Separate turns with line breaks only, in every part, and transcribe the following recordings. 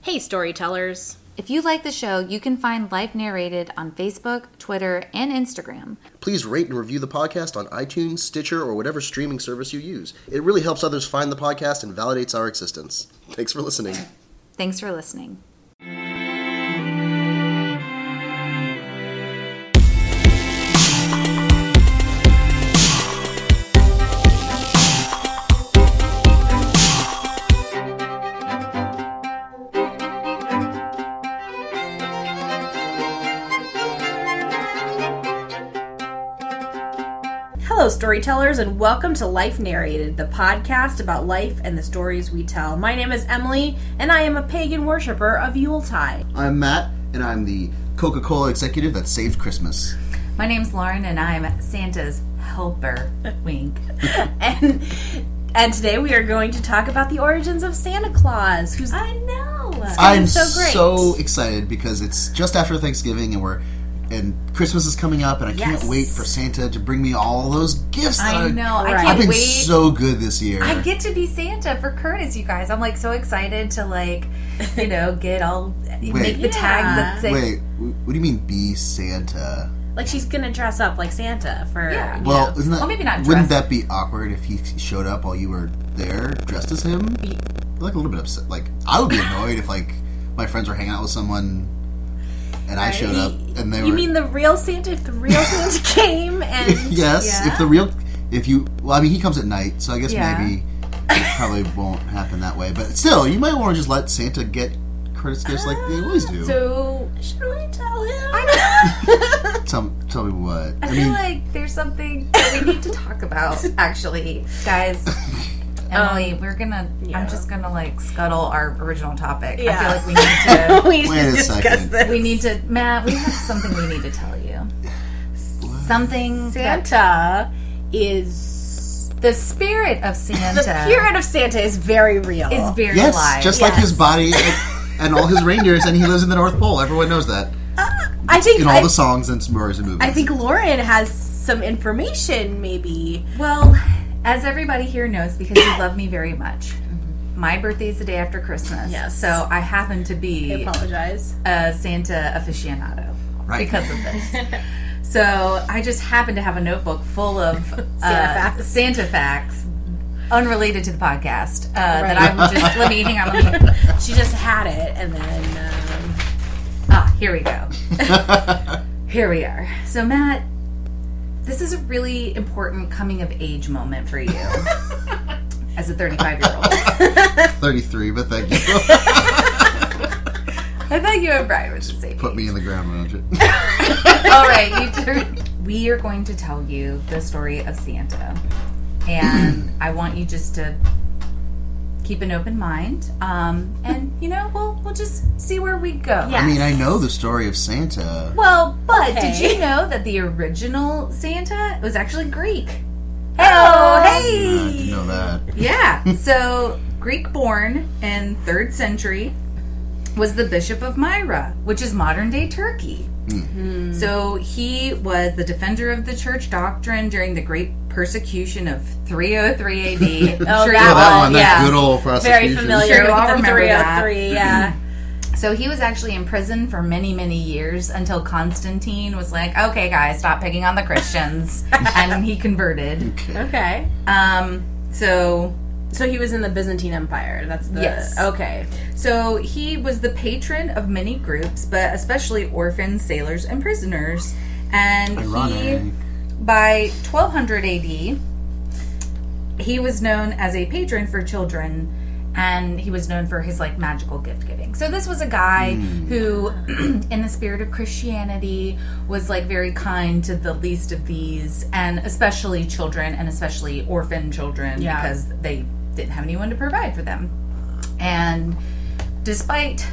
Hey, storytellers.
If you like the show, you can find Life Narrated on Facebook, Twitter, and Instagram.
Please rate and review the podcast on iTunes, Stitcher, or whatever streaming service you use. It really helps others find the podcast and validates our existence. Thanks for listening.
Thanks for listening.
Hello, storytellers, and welcome to Life Narrated, the podcast about life and the stories we tell. My name is Emily, and I am a pagan worshiper of Yuletide.
I'm Matt, and I'm the Coca Cola executive that saved Christmas.
My name's Lauren, and I'm Santa's helper. Wink.
And, and today we are going to talk about the origins of Santa Claus, who's
I know.
I'm
so great.
so excited because it's just after Thanksgiving and we're and Christmas is coming up and I
Yes.
can't wait for Santa to bring me all those gifts. that
I know. I
Right.
can't
I've been
wait.
so good this year.
I get to be Santa for Curtis, you guys. I'm like so excited to like, you know, get all make the
Wait.
tags that say
Wait, wh- what do you mean be Santa?
like she's gonna dress up like Santa for.
Yeah.
you
Well,
know.
isn't that,
Well, maybe not
wouldn't
dressed.
that be awkward if he showed up while you were there dressed as him? Like a little bit upset. Like I would be annoyed if like my friends were hanging out with someone and I showed up and they
you
were
mean the real Santa? If the real Santa came and
yes,
Yeah.
if the real if you well, I mean he comes at night, so I guess
Yeah.
maybe it probably won't happen that way. But still, you might want to just let Santa get Curtis gifts like they always
Oh,
do.
so, should we tell him?
tell, tell me what. I,
I
mean,
feel like there's something that we need to talk about, actually, guys. Emily, we're gonna.
Um, yeah.
I'm just gonna like scuttle our original topic.
Yeah.
I feel like we need
we
Wait a
should discuss
second.
this.
to. we need to, Matt. We have something we need to tell you. Something. That,
Santa is
the spirit of Santa
the spirit of Santa is very real.
is very
yes,
alive.
just like his body and, and all his reindeers, and he lives in the North Pole. Everyone knows that
I think
in all
I,
the songs and stories and movies.
I think Lauren has some information, maybe.
Well, as everybody here knows, because you love me very much, my birthday is the day after Christmas.
Mm-hmm. Yes.
So I happen to be
apologize.
a Santa aficionado
Right.
because of this. so I just happen to have a notebook full of Santa,
facts.
Santa facts unrelated to the podcast uh, that I will just let me hang on. Let me,
She just had it, and then um,
ah, here we go. here we are. So Matt, this is a really important coming of age moment for you as a 35 year old.
Thirty-three, but thank you.
I thought you and Brian were the same.
Put me in the ground, Roger.
All right, you two. We are going to tell you the story of Santa, and I want you just to keep an open mind. Um, and you know, we'll we'll just see where we go.
Yeah.
I mean, I know the story of Santa.
Well, but
Okay.
did you know that the original Santa was actually Greek?
Oh,
I
hey!
didn't know that.
Yeah. So Greek born in third century was the Bishop of Myra, which is modern day Turkey.
Hmm.
So he was the defender of the church doctrine during the great persecution of 303 AD. oh,
that
Oh, that
Well,
one, that
yeah.
good old
very
prosecution.
familiar
Sure, you all
with the
remember that.
303.
Mm-hmm.
Yeah,
So he was actually in prison for many, many years until Constantine was like, okay, guys, stop picking on the Christians. and he converted.
Okay.
okay.
Um, so
So he was in the Byzantine Empire. That's the
Yes.
okay.
So he was the patron of many groups, but especially orphans, sailors, and prisoners. And he,
Ironic.
by 1200 AD, he was known as a patron for children, and he was known for his like magical gift giving. So this was a guy who, in the spirit of Christianity, was like very kind to the least of these, and especially children, and especially orphan children,
Yeah.
because they didn't have anyone to provide for them. And despite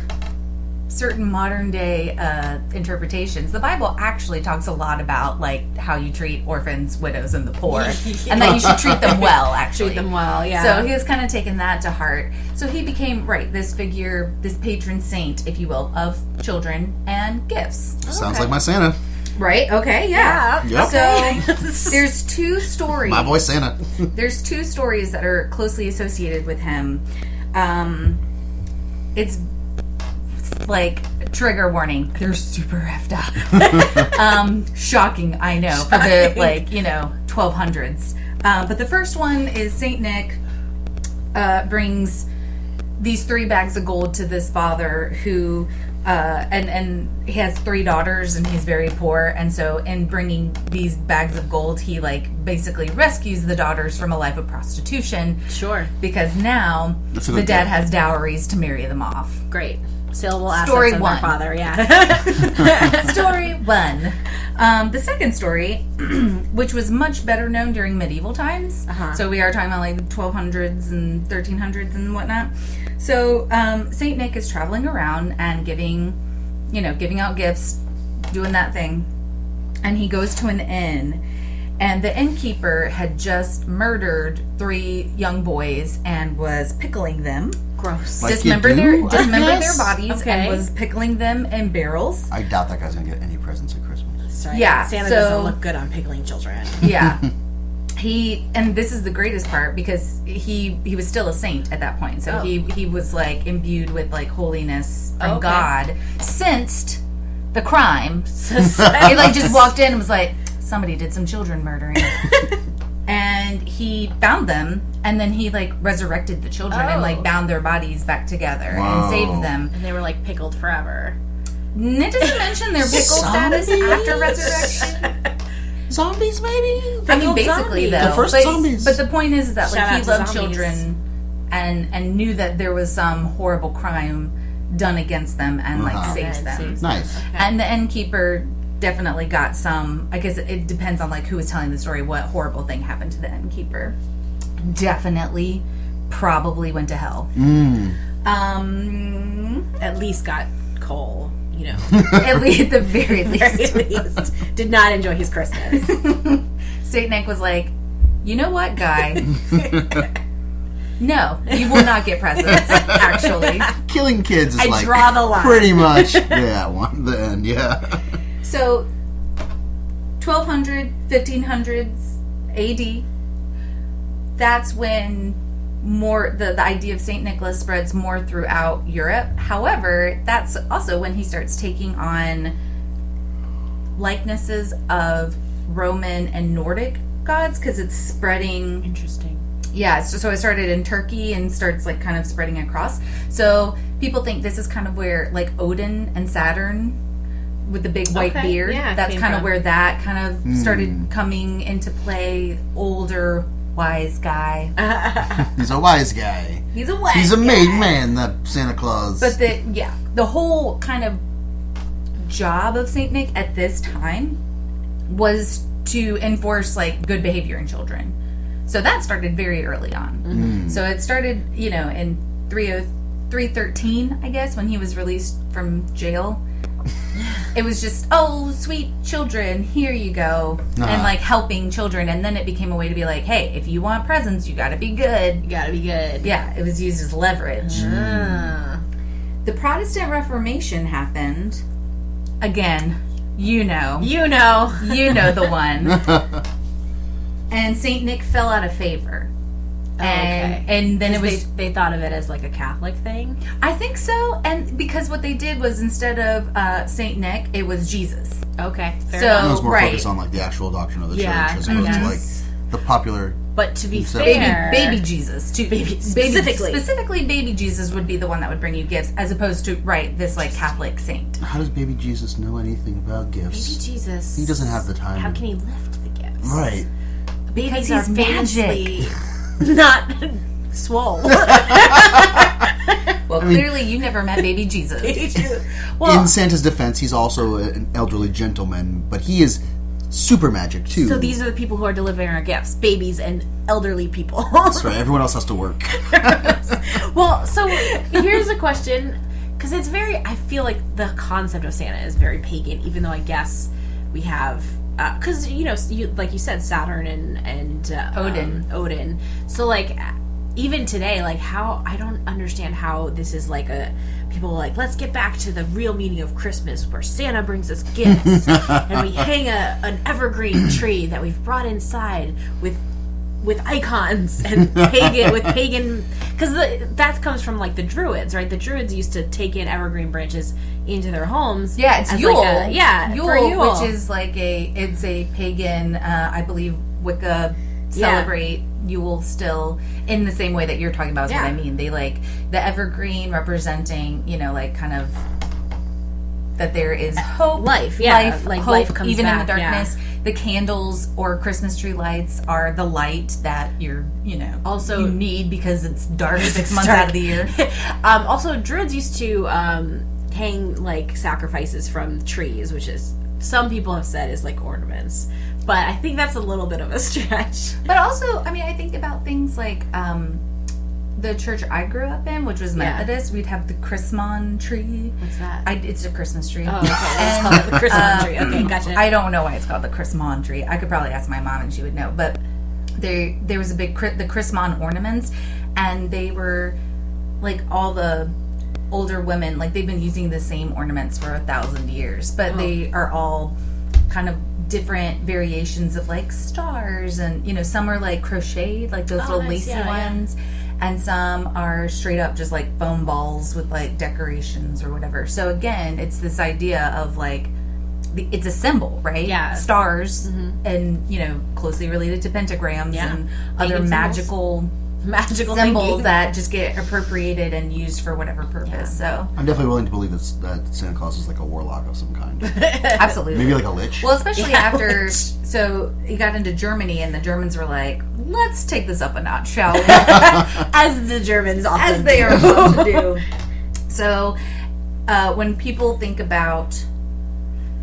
certain modern day uh, interpretations, the Bible actually talks a lot about like how you treat orphans, widows, and the poor, and that you should treat them well. Actually,
Treat them well. Yeah.
So he was kind of taking that to heart. So he became right this figure, this patron saint, if you will, of children and gifts.
Sounds like my Santa.
Right? Okay. Yeah.
Yep.
So there's two stories
My boy Santa.
there's two stories that are closely associated with him. Um, it's like trigger warning they're super effed up um shocking i know for the like you know 1200s um, but the first one is saint nick uh, brings these three bags of gold to this father who uh, and and he has three daughters and he's very poor and so in bringing these bags of gold he like basically rescues the daughters from a life of prostitution
Sure.
because now
That's a
the
good
dad
tip.
has dowries to marry them off
Great. Saleable assets
Story
of their
one.
father. Yeah.
story one. Um, the second story, which was much better known during medieval times,
Uh-huh.
so we are talking about like the 1200s and 1300s and whatnot. So um, Saint Nick is traveling around and giving, you know, giving out gifts, doing that thing, and he goes to an inn. And the innkeeper had just murdered three young boys and was pickling them,
Gross.
Like you
dismembered
do,
their
I
dismembered their
guess.
bodies,
Okay.
and was pickling them in barrels.
I doubt that guy's gonna get any presents at Christmas.
Sorry.
yeah,
Santa
so-
doesn't look good on pickling children.
yeah he and this is the greatest part because he he was still a saint at that point so
Oh.
he he was like imbued with like holiness from
Oh, okay.
god sensed the crime he
Society-
like just walked in and was like somebody did some children murdering and he bound them and then he like resurrected the children and
Oh.
like bound their bodies back together
Wow.
and saved them
and they were like pickled forever.
and it doesn't mention their pickle status after resurrection
Zombies, maybe?
I mean,
Pickled
basically,
zombies.
though.
The first
but,
zombies.
But the point is, is that
Shout
like
out
he
to
loved
zombies.
children, and and knew that there was some horrible crime done against them, and
Uh-huh.
like saves
And
them.
saves
Nice.
And the innkeeper definitely got some. I guess it depends on like who was telling the story. What horrible thing happened to the innkeeper? Definitely, probably went to hell.
Mm.
Um,
At least got coal. You know,
at least at the very
at
least,
least did not enjoy his Christmas.
Saint Nick was like, you know what, guy. No, you will not get presents, actually.
Killing kids is
I
like
draw the line.
pretty much yeah, one the end, yeah.
So, 1200, 1500s AD, that's when more the, the idea of St. Nicholas spreads more throughout Europe. However, that's also when he starts taking on likenesses of Roman and Nordic gods because it's spreading
Interesting.
yeah so, so it started in turkey and starts like kind of spreading across so people think this is kind of where like odin and saturn with the big white
Okay,
beard
yeah, it
that's
came
kind of
from.
where that kind of started
Hmm.
coming into play older wise guy
He's a wise guy.
he's a wise
He's a
guy.
made man, that Santa Claus.
but the yeah the whole kind of job of saint nick at this time was to enforce like good behavior in children so that started very early on
Mm.
So it started, you know, in 30 313, I guess, when he was released from jail. It was just, oh, sweet children, here you go. And
Uh-huh.
like helping children. And then it became a way to be like, hey, if you want presents, you gotta be good.
You gotta be good.
Yeah, it was used as leverage.
Ah.
The Protestant Reformation happened. Again, you know.
You know.
You know the one. and St. Nick fell out of favor. And, and then it was
Oh, they, they thought of it as like a Catholic thing.
I think so, and because what they did was instead of uh, Saint Nick, it was Jesus.
Okay. Fair
So-
That
enough.
was more
right.
focused on like the actual doctrine of the
Oh, Yeah,
church as
I
opposed to like
guess.
the popular
But to be
So-
Baby,
fair,
baby Jesus, to
Baby- specifically.
specifically, baby Jesus would be the one that would bring you gifts, as opposed to right this like Catholic saint.
how does baby Jesus know anything about
baby
gifts?
Jesus.
He doesn't have the time.
How can he lift the gifts?
Right.
Babies
Because
are
he's
famously not swole.
Well,
mean-
clearly you never met baby Jesus.
well,
In Santa's defense, he's also an elderly gentleman, but he is super magic too.
so these are the people who are delivering our gifts: babies and elderly people.
That's right. Everyone else has to work.
Well, so here's a question because it's very, I feel like the concept of Santa is very pagan, even though I guess we have. Because you know, you, like you said, Saturn and and uh,
Odin.
um, Odin. So like, even today, like how I don't understand how this is like a people are like let's get back to the real meaning of Christmas, where Santa brings us gifts and we hang a an evergreen tree that we've brought inside with with icons and pagan with pagan because that comes from like the druids right the druids used to take in evergreen branches into their homes
Yeah, it's
as,
Yule.
like, a- yeah for
Yule,
Yule.
which is like a it's a pagan, uh, I believe Wicca celebrate Yule still in the same way that you're talking about. Is
Yeah.
what I mean. They like the evergreen representing, you know, like kind of that there is hope,
Life, yeah,
life,
like
hope,
life comes
even in the
back, yeah.
darkness. The candles or Christmas tree lights are the light that you're, you know,
Also-
you need because it's dark six months
dark.
out of the year.
um, also druids used to um, hang like sacrifices from trees which is some people have said is like ornaments but i think that's a little bit of a stretch
But also, I mean, I think about things like um, the church I grew up in, which was
Yeah.
Methodist. We'd have the Chrismon tree.
what's that
I, it's a Christmas tree.
oh okay let's
And,
call it the christmas
uh,
tree okay gotcha
I don't know why it's called the Chrismon tree. I could probably ask my mom and she would know. But there, there was a big Chri- the Chrismon ornaments, and they were like all the older women like they've been using the same ornaments for a thousand years, but
Oh.
they are all kind of different variations of like stars and you know some are like crocheted like those
Oh,
little
nice.
lacy
Yeah, yeah.
ones and some are straight up just like foam balls with like decorations or whatever so again it's this idea of like the, it's a symbol, right?
Yeah. Mm-hmm.
Stars and, you know, closely related to pentagrams
Yeah.
and
Pagan
other
symbols.
magical
magical
symbols
thinking.
that just get appropriated and used for whatever purpose.
I'm definitely willing to believe that, that Santa Claus is like a warlock of some kind.
So, absolutely.
Maybe like a lich.
Well, especially
Yeah,
after,
which-
so he got into Germany and the Germans were like, let's take this up a notch, shall we?
as the germans often
As they are
do.
supposed to do. So, uh, when people think about,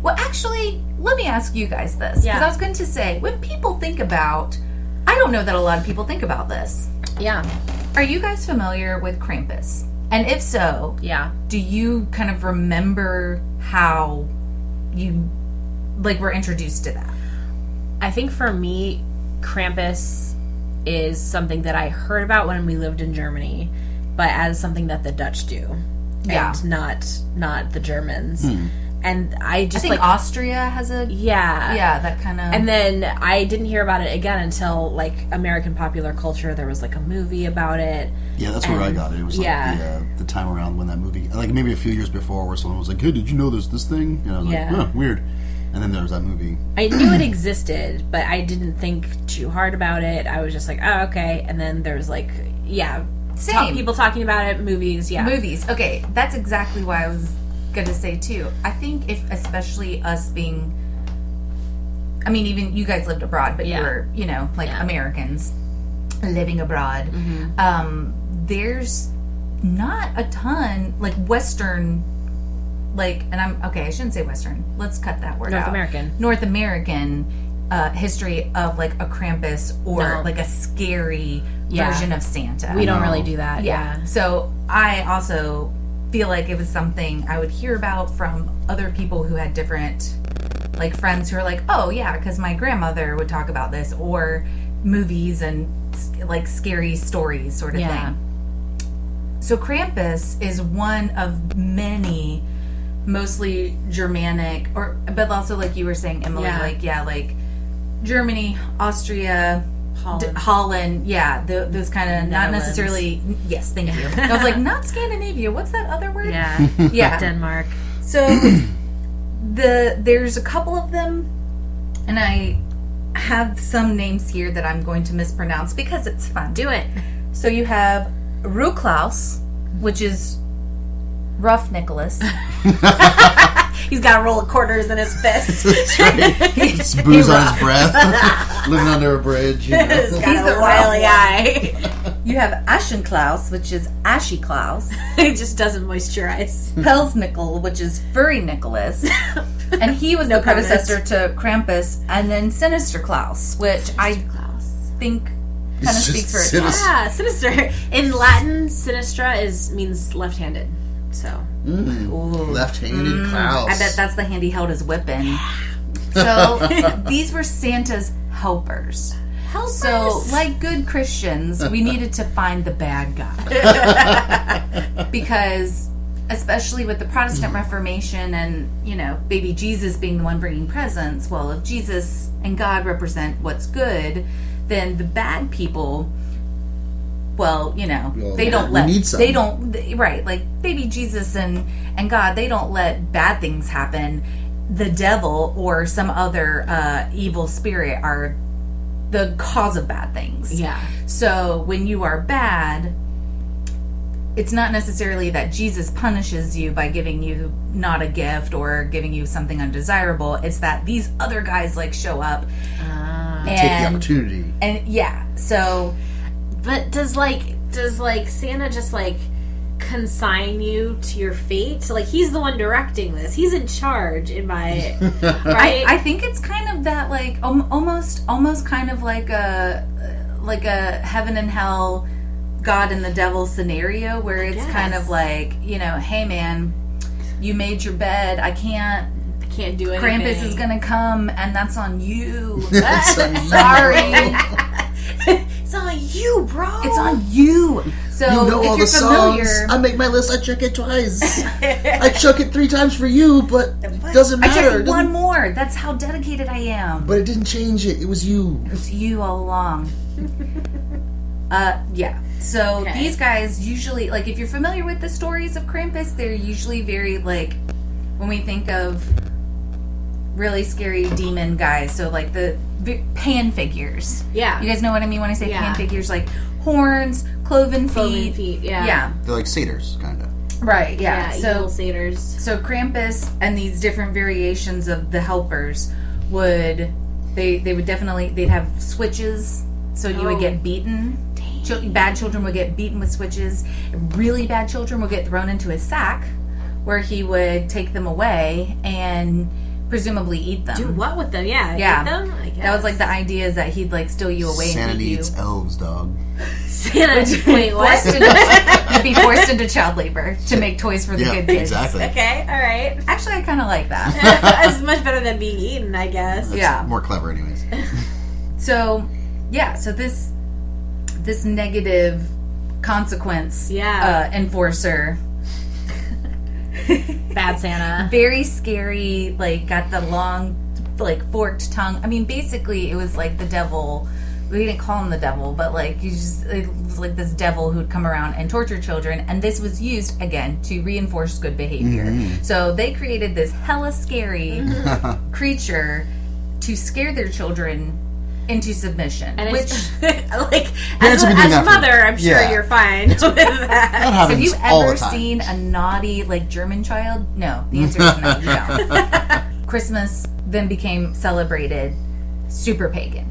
well, actually, let me ask you guys this because
Yeah.
I was going to say when people think about, I don't know that a lot of people think about this.
yeah
Are you guys familiar with Krampus? And if so,
yeah
do you kind of remember how you like were introduced to that?
I think for me, Krampus is something that I heard about when we lived in Germany, but as something that the Dutch do,
Yeah.
and not not the Germans. And I
I
just
think
like
Austria has a
yeah
yeah that kind of
And then I didn't hear about it again until like American popular culture. There was like a movie about it.
yeah, that's where I got it. It was like
yeah.
the, uh, the time around when that movie, like maybe a few years before, where someone was like, "Hey, did you know there's this thing?" And I was
Yeah.
like, "Huh, weird." And then there was that movie.
I knew it existed, but I didn't think too hard about it. I was just like, oh okay. And then there was like yeah,
Same.
people talking about it, movies, yeah,
Movies. Okay, that's exactly why I was gonna say too. I think if especially us being I mean, even you guys lived abroad, but
Yeah.
you were, you know, like
Yeah.
Americans living abroad.
Mm-hmm.
Um, there's not a ton like Western like and I'm okay, I shouldn't say Western. Let's cut that word
North
out.
American.
North American uh, history of like a Krampus or
No.
like a scary
Yeah.
version of Santa.
We don't
No.
really do that.
Yeah. So I also feel like it was something I would hear about from other people who had different, like friends who are like, oh yeah, because my grandmother would talk about this, or movies and s- like scary stories sort of
Yeah.
thing. So Krampus is one of many, mostly Germanic, or but also like you were saying, Emily,
Yeah.
like yeah, like Germany, Austria,
Holland.
D- Holland, yeah, th those kind of not
Netherlands.
necessarily. Yes, thank you. I was like, not Scandinavia. What's that other word?
Yeah.
Yeah.
Denmark.
So the there's a couple of them, and I have some names here that I'm going to mispronounce because it's fun.
Do it.
So you have Ruklaus, which is rough Nicholas.
He's got a roll of quarters in his fist.
That's right. It's booze on his breath, living under a bridge. You know?
He's
the
the
rough
wily
one.
eye.
You have Aschenklaus, which is Ashy Klaus.
he just doesn't moisturize.
Pelsnickel, which is Furry Nicholas. and he was the
permanent.
predecessor to Krampus, and then Sinister Klaus, which I
Klaus.
think kind of
It's just
speaks for itself.
sinister.
Yeah, sinister. In Latin, sinistra is means left-handed. So
Mm. Left-handed Klaus.
Mm. I bet that's the hand he held his whip in. So these were Santa's helpers.
help
So, like good Christians, we needed to find the bad guy. because, especially with the Protestant Reformation and, you know, baby Jesus being the one bringing presents, well, if Jesus and God represent what's good, then the bad people well, you know,
Well,
they don't
we
let
need some.
they don't they- right, like baby Jesus and and God, they don't let bad things happen. The devil or some other uh, evil spirit are the cause of bad things.
Yeah.
So when you are bad, it's not necessarily that Jesus punishes you by giving you not a gift or giving you something undesirable. It's that these other guys like show up
Take the
and
opportunity.
and yeah. So
But does like does like Santa just like consign you to your fate? So, like he's the one directing this. He's in charge in my right.
I think it's kind of that like um, almost almost kind of like a like a heaven and hell god and the devil scenario where it's kind
guess.
of like you know hey man you made your bed i can't
can't do anything.
krampus is gonna come and that's on you
Sorry.
sorry
It's all you, bro.
it's on you so
You know
if
all
you're
the
familiar
songs. I make my list. I check it twice. I check it three times for you, but it doesn't
i
matter.
checked
It doesn't-
one more that's how dedicated i am
but it didn't change it. It was you.
It's you all along. uh, yeah. So
Okay.
these guys usually, like, if you're familiar with the stories of Krampus, they're usually very like when we think of really scary demon guys. So like the v- pan figures.
yeah.
You guys know what I mean when I say
Yeah.
pan figures, like horns, cloven feet.
Cloven feet. Yeah.
Yeah.
They're like satyrs, kind of.
Right.
Yeah.
Yeah.
evil
so
satyrs.
so Krampus and these different variations of the helpers would they they would definitely they'd have switches so you
Oh.
would get beaten. Chil- bad children would get beaten with switches. Really bad children would get thrown into a sack where he would take them away and presumably eat them.
Do what with them? Yeah. eat
Um, Yeah.
them? I
that was like
guess.
the idea is that he'd like steal you away
Santa
and eat you.
needs elves, dog.
Santa. Wait, what?
Forced into- you'd be forced into child labor to make toys for the
Yeah,
good kids.
exactly.
okay. All right.
Actually, I kind of like that.
That's much better than being eaten, I guess.
That's
Yeah.
More clever, anyways.
So, yeah, so this this negative consequence
Yeah.
uh, enforcer,
Bad Santa.
very scary, like got the long like forked tongue. I mean, basically it was like the devil. We didn't call him the devil, but like you just it was like this devil who'd come around and torture children, and this was used again to reinforce good behavior.
Mm-hmm.
So they created this hella scary creature to scare their children into submission,
And
which
it's like as,
Parents have been doing
as
that for-
mother, I'm sure
Yeah.
you're fine with that.
That
Have
happens
you
all the
ever
time.
seen a naughty like German child? No, the answer is no. You don't. Christmas then became celebrated super pagan,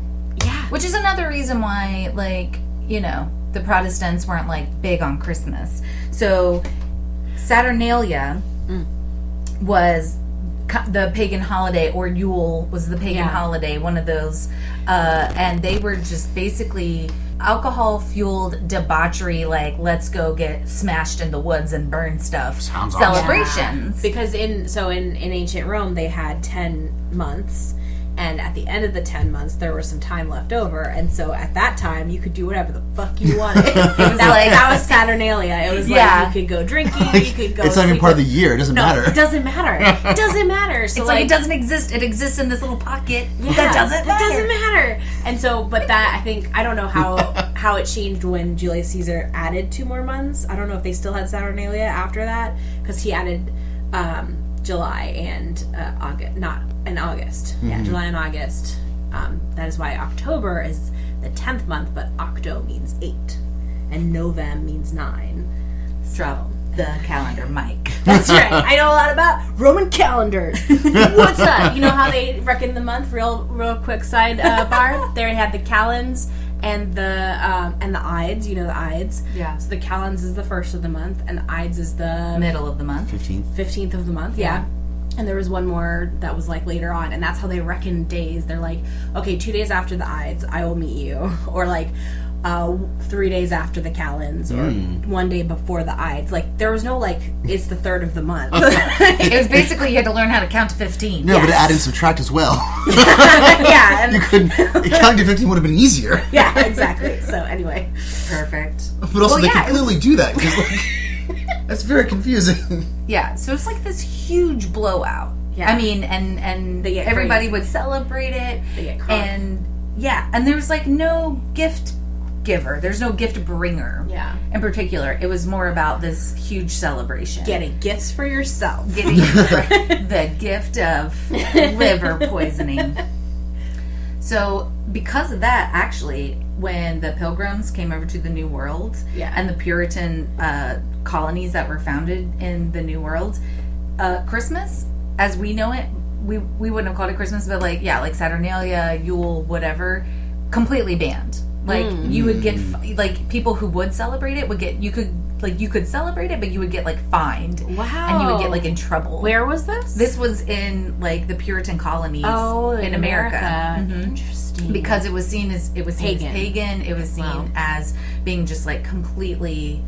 Yeah.
which is another reason why like you know the Protestants weren't like big on Christmas. So Saturnalia was co- the pagan holiday or Yule was the pagan
Yeah.
holiday, one of those, uh, and they were just basically alcohol fueled debauchery, like let's go get smashed in the woods and burn stuff
Sounds awesome.
celebrations.
Because in so in, in ancient Rome they had ten months and at the end of the ten months there was some time left over and so at that time you could do whatever the fuck you wanted. it was that,
like-
that was Saturnalia. It was
Yeah.
like you could go drinking, you could go
it's not even
sleep-
part of the year. It doesn't
No,
matter.
It doesn't matter. It doesn't matter. So
It's like, it doesn't exist. It exists in this little pocket. that doesn't matter.
It doesn't matter. And so, but that I think I don't know how how it changed when Julius Caesar added two more months. I don't know if they still had Saturnalia after that because he added um, July and uh, August, not in August. Yeah,
Mm-hmm.
July and August. Um, that is why October is the tenth month, but octo means eight, and novem means nine.
Drop the calendar, Mike.
That's right. I know a lot about Roman calendars. What's up? You know how they reckon the month? Real, real quick side uh, bar. There had the calends and the um, and the ides. You know the ides.
Yeah.
So the calends is the first of the month, and the ides is the
Middle of the month.
15th.
fifteenth of the month. Yeah. And there was one more that was like later on, and that's how they reckon days. They're like, okay, two days after the ides, I will meet you, or like. Uh, three days after the calends, or one day before the Ides. Like there was no like, it's the third of the month.
It was basically you had to learn how to count to fifteen.
No, but it added and subtract as well.
yeah, and-
you couldn't. Counting to 15 would have been easier.
yeah, exactly. So anyway,
Perfect.
But also,
Well,
they
yeah,
could clearly do that. 'cause, like, that's very confusing.
Yeah, so it's like this huge blowout.
Yeah.
I mean, and and
They get
everybody
crazy.
would celebrate it,
They get crunk.
and yeah, and there was like no gift giver. There's no gift bringer
Yeah.
in particular. It was more about this huge celebration.
Getting gifts for yourself.
Getting the gift of liver poisoning. So, because of that, actually, when the Pilgrims came over to the New World
Yeah.
and the Puritan uh, colonies that were founded in the New World, uh, Christmas, as we know it, we, we wouldn't have called it Christmas, but like, yeah, like Saturnalia, Yule, whatever, completely banned. Like, you would get, fi- like, people who would celebrate it would get, you could, like, you could celebrate it, but you would get, like, fined.
Wow.
And you would get, like, in trouble.
Oh. Where was this?
This was in, like, the Puritan colonies
oh
in America. Mhm
Interesting.
because it was seen as it was seen
Pagan.
as pagan. It was seen
Wow.
as being just like completely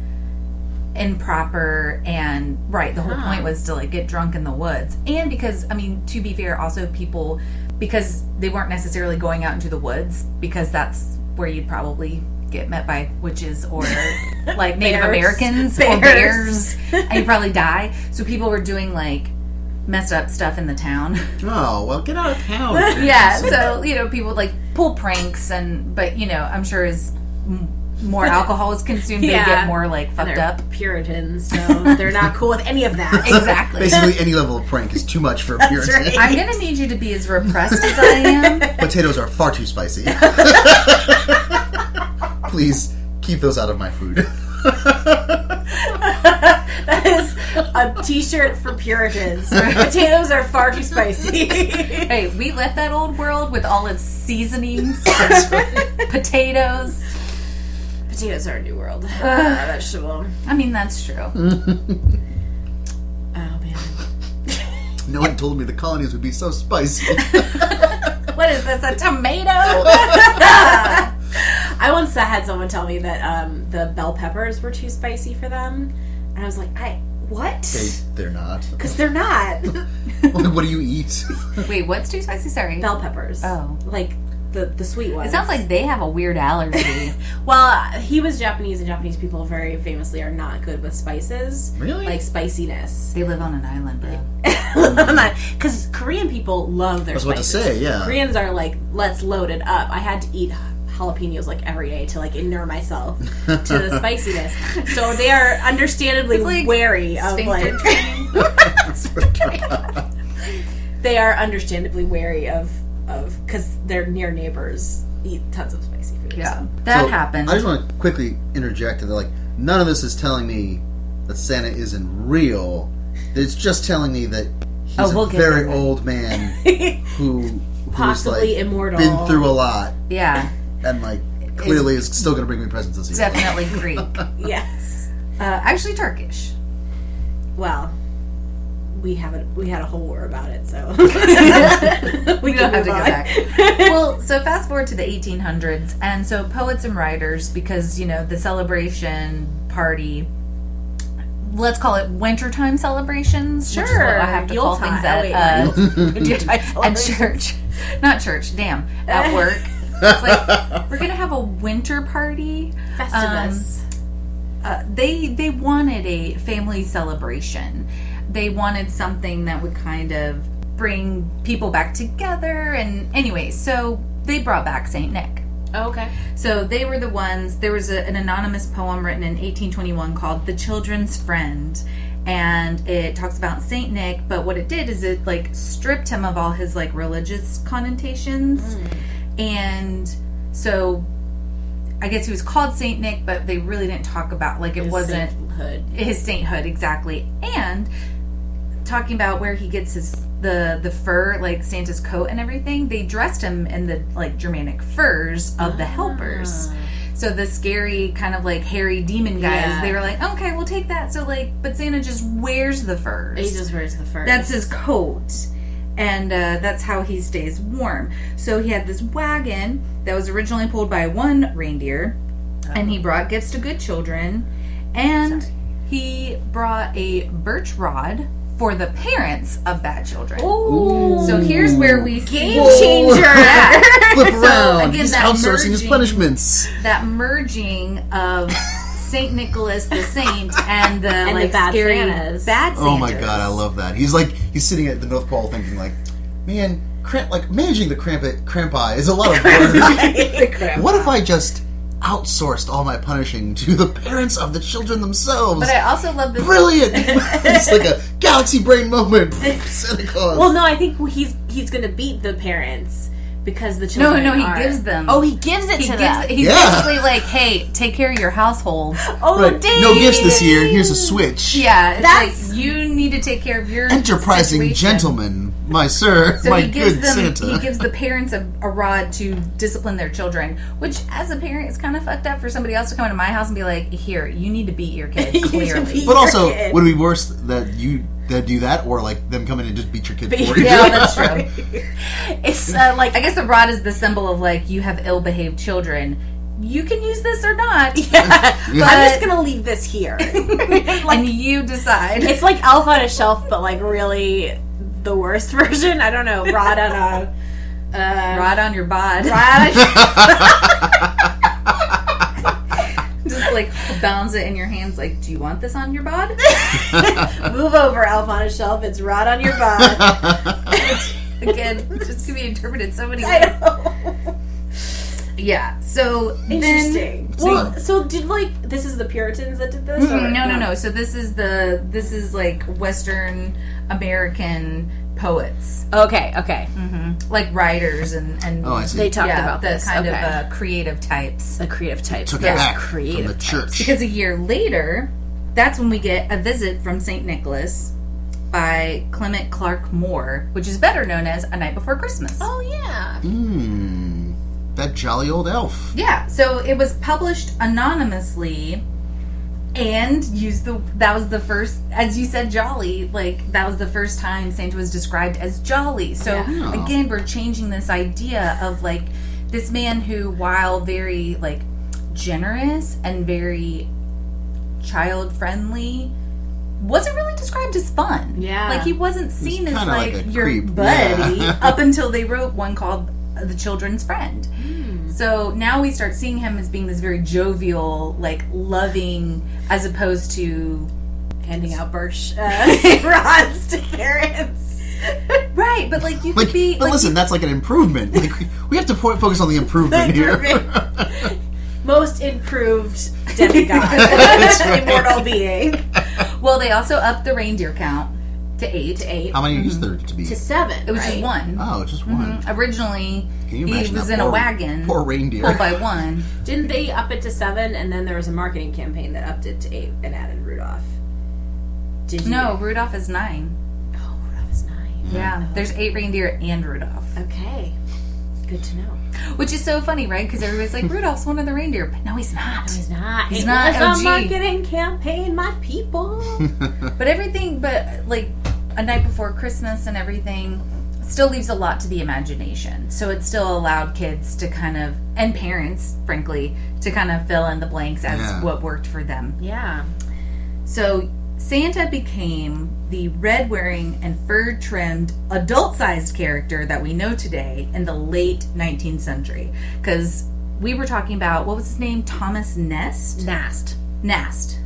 improper and right. The whole
Huh.
point was to like get drunk in the woods, and because I mean, to be fair, also people because they weren't necessarily going out into the woods because that's where you'd probably get met by witches or like Native
Bears.
Americans or
Bears.
bears, and you probably die. So people were doing like messed up stuff in the town.
Oh well, get out of town.
Yeah, so you know, people like pull pranks, and but you know, I'm sure as m- more alcohol is consumed,
Yeah.
they get more like
And
fucked
they're
up.
Puritans, so they're not cool with any of that.
Exactly.
Basically, any level of prank is too much for a Puritan.
right.
I'm gonna need you to be as repressed as I am.
Potatoes are far too spicy. Please keep those out of my food.
that is a T-shirt for Puritans. Potatoes are far too spicy.
Hey, we left that old world with all its seasonings,
That's right.
potatoes.
Potatoes are a new world uh, vegetable.
I mean, that's true.
Mm. Oh man,
No one told me the colonies would be so spicy.
What is this? A tomato? Ah!
I once had someone tell me that um, the bell peppers were too spicy for them, and I was like, I
They,
what?
they're not.
Because they're not
what do you eat?
Wait, what's too spicy? Sorry.
bell peppers.
Oh.
like the the sweet ones.
It sounds like they have a weird allergy.
Well, he was Japanese, and Japanese people very famously are not good with spices,
Really?
like spiciness.
they live on an island, bro.
Because Korean people love their.
I was about to
spices.
say, yeah.
Koreans are like, let's load it up. I had to eat jalapenos like every day to like inure myself to the spiciness. So they are understandably
It's like
wary of like.
sphincter
they are understandably wary of of because their near neighbors eat tons of spicy food.
Yeah, that
So,
happened.
I just want to quickly interject that, like, none of this is telling me that Santa isn't real. It's just telling me that he's
Oh, we'll
a
get
very
there.
old man who who's,
Possibly
like,
immortal.
been through a lot,
yeah,
and like clearly is still going to bring me presents this year.
definitely Greek. Uh,
Yes.
actually, Turkish.
Well, we haven't. We had a whole war about it, so
we don't have to go back.
back.
well, so fast forward to the 1800s, and so poets and writers, because you know the celebration party, let's call it wintertime celebrations. which is what I have to call
Yuletide.
things
Oh, wait,
at, uh,
Yuletide
at
celebration.
church, not church. Damn, at work. It's like we're gonna have a winter party.
Festivus.
uh, they they wanted a family celebration. They wanted something that would kind of bring people back together. And anyway, so they brought back Saint Nick.
oh, okay.
So they were the ones. There was a, an anonymous poem written in 1821 called "The Children's Friend," and it talks about Saint Nick. But what it did is it like stripped him of all his like religious connotations, and so I guess he was called Saint Nick, but they really didn't talk about like it wasn't
hood.
his sainthood exactly and talking about where he gets his the the fur like santa's coat and everything they dressed him in the like germanic furs of the
Ah.
helpers so the scary kind of like hairy demon guys
Yeah.
they were like okay we'll take that so like but santa just wears the furs
He just wears the fur.
that's his coat. And uh, that's how he stays warm. So he had this wagon that was originally pulled by one reindeer, and
Oh.
he brought gifts to good children, and he brought a birch rod for the parents of bad children.
Ooh.
So here's where we see
Game changer.
Yeah.
Flip around.
again,
he's
that
outsourcing his
merging-
punishments.
that merging of Saint Nicholas the Saint and the
the
like
bad
scary
Santas.
bad. Santas.
Oh my god, I love that. He's like he's sitting at the North Pole thinking like, man, Cramp, like managing the cramp crampi is a lot of work.
The crap.
what if I just outsourced all my punishing to the parents of the children themselves?
But I also love this.
Brilliant! it's like a galaxy brain moment. Santa Claus.
Well, no, I think he's he's gonna beat the parents because the
No,
children.
no, he
are-
gives them.
Oh, he gives it
he
to
gives.
them.
He's
Yeah.
basically like, "Hey, take care of your household."
Oh,
Right.
dang.
No gifts this year. Here's a switch.
Yeah, it's
That's-
like you need to take care of your
Enterprising
situation.
gentleman, my sir,
So
my
he gives
good
them,
Santa.
he gives the parents a, a rod to discipline their children, which as a parent is kind of fucked up for somebody else to come into my house and be like, "Here, you need to beat your kid."
need to
Clearly,
beat-
but also,
your kid.
would it be worse that you that do that, or like them come in and just beat your kid for you?
yeah, that's true.
It's uh, like
I guess the rod is the symbol of like you have ill-behaved children. You can use this or not,
I'm just gonna leave this here.
and you decide.
It's like Elf on a Shelf, but like really the worst version. I don't know. Rod on a. Uh,
rod on your bod,
rod on a shelf.
Oh,
just like balance it in your hands. Like, do you want this on your bod?
Move over, Elf on a Shelf. It's Rod on your butt.
Again, this could be interpreted so many
I
ways.
know.
Yeah. So then-
Interesting. well, so did like this is the Puritans that did this? or-
Mm, no, no, no. So this is the this is like Western American poets,
Okay, okay.
like writers and and
Oh, I see.
They Mm-hmm. talked
Mm-hmm. yeah,
about
the
this.
kind
okay.
of uh, creative types.
the creative types.
Took it
Those
back from the
creative
church.
Because a year later, that's when we get a visit from Saint Nicholas by Clement Clark Moore, which is better known as A Night Before Christmas.
Oh yeah.
Hmm. That jolly old elf.
Yeah, so it was published anonymously and used the that was the first as you said jolly like that was the first time santa was described as jolly so
Yeah.
again we're changing this idea of like this man who while very like generous and very child friendly wasn't really described as fun
Yeah.
like he wasn't seen as
kinda
like,
like a
your
creep,
buddy
yeah.
up until they wrote one called the children's friend so now we start seeing him as being this very jovial, like loving, as opposed to
handing out birch uh, rods to parents.
right. But like you
Like,
could be
but
like,
listen, that's like an improvement. Like, we have to po- focus on the improvement here.
Most improved demigod, immortal being
well, they also upped the reindeer count to eight. To eight.
How many is there to be?
to seven.
it was
right?
Mm-hmm. just one. Mm-hmm.
Oh, just one.
Originally,
Can you
he
imagine
was
that
in a
poor-
wagon,
Poor reindeer.
pulled by one.
Didn't they up it to seven, and then there was a marketing campaign that upped it to eight and added Rudolph? Did you?
No, Rudolph is nine.
Oh, Rudolph is nine.
Yeah, there's eight reindeer and Rudolph,
Okay, good to know.
which is so funny, right? Because everybody's like, Rudolph's one of the reindeer, but no, he's not.
He's not.
He's
it
not
was
OG.
a marketing campaign, my people.
But everything, but like a night before Christmas and everything, still leaves a lot to the imagination. So it still allowed kids to kind of, and parents, frankly, to kind of fill in the blanks as
Yeah.
what worked for them.
yeah.
So Santa became the red wearing and fur trimmed adult sized character that we know today in the late 19th century. Because we were talking about, what was his name? Thomas Nest?
Nast.
Nast.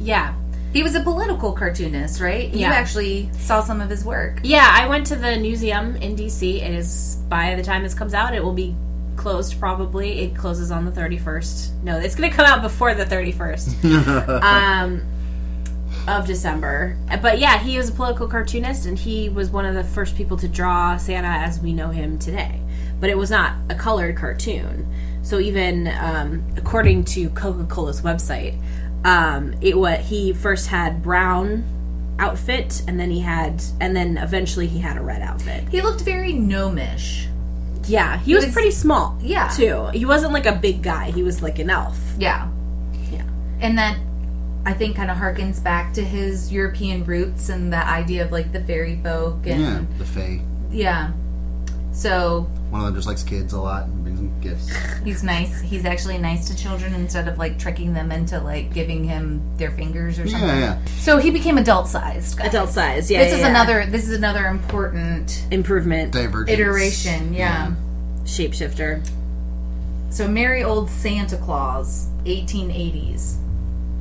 Yeah.
He was a political cartoonist, right? You
Yeah.
actually saw some of his work.
Yeah, I went to the museum in DC. It is by the time this comes out, it will be closed probably. It closes on the 31st. No, it's going to come out before the 31st. um of December. But yeah, he was a political cartoonist and he was one of the first people to draw Santa as we know him today. But it was not a colored cartoon. So even um, according to Coca-Cola's website, um, it what he first had brown outfit and then he had and then eventually he had a red outfit.
He looked very gnomish.
Yeah, he was,
was-
pretty small.
yeah.
Too. He wasn't like a big guy. He was like an elf.
Yeah.
Yeah.
And that I think kind of harkens back to his European roots and the idea of like the fairy folk
yeah,
and
the Fae.
yeah. So
One of them just likes kids a lot and brings them gifts.
he's nice. He's actually nice to children instead of like tricking them into like giving him their fingers or
Yeah,
something.
yeah.
So he became adult sized.
Adult size. Yeah.
This
yeah,
is
yeah.
another this is another important
improvement
Divergence.
iteration, yeah.
shapeshifter.
So Merry Old Santa Claus, 1880s.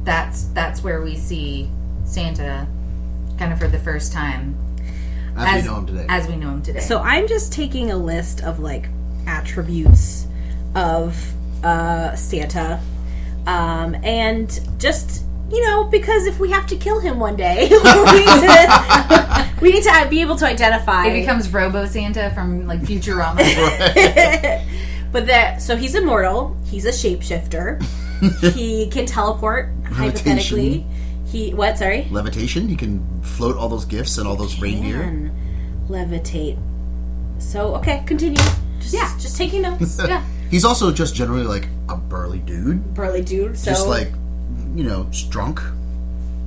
That's that's where we see Santa kind of for the first time.
As, we know him today.
As we know him today.
So I'm just taking a list of like attributes of uh, Santa, um, and just you know because if we have to kill him one day, we need to we need to be able to identify.
He becomes Robo Santa from like Futurama.
but that so he's immortal. He's a shapeshifter. he can teleport hypothetically. He what? Sorry.
Levitation. He can float all those gifts and all those reindeer.
Can levitate. So okay, continue. Just, yeah, just taking notes. yeah,
He's also just generally like a burly dude,
burly dude. So
just like you know, just drunk.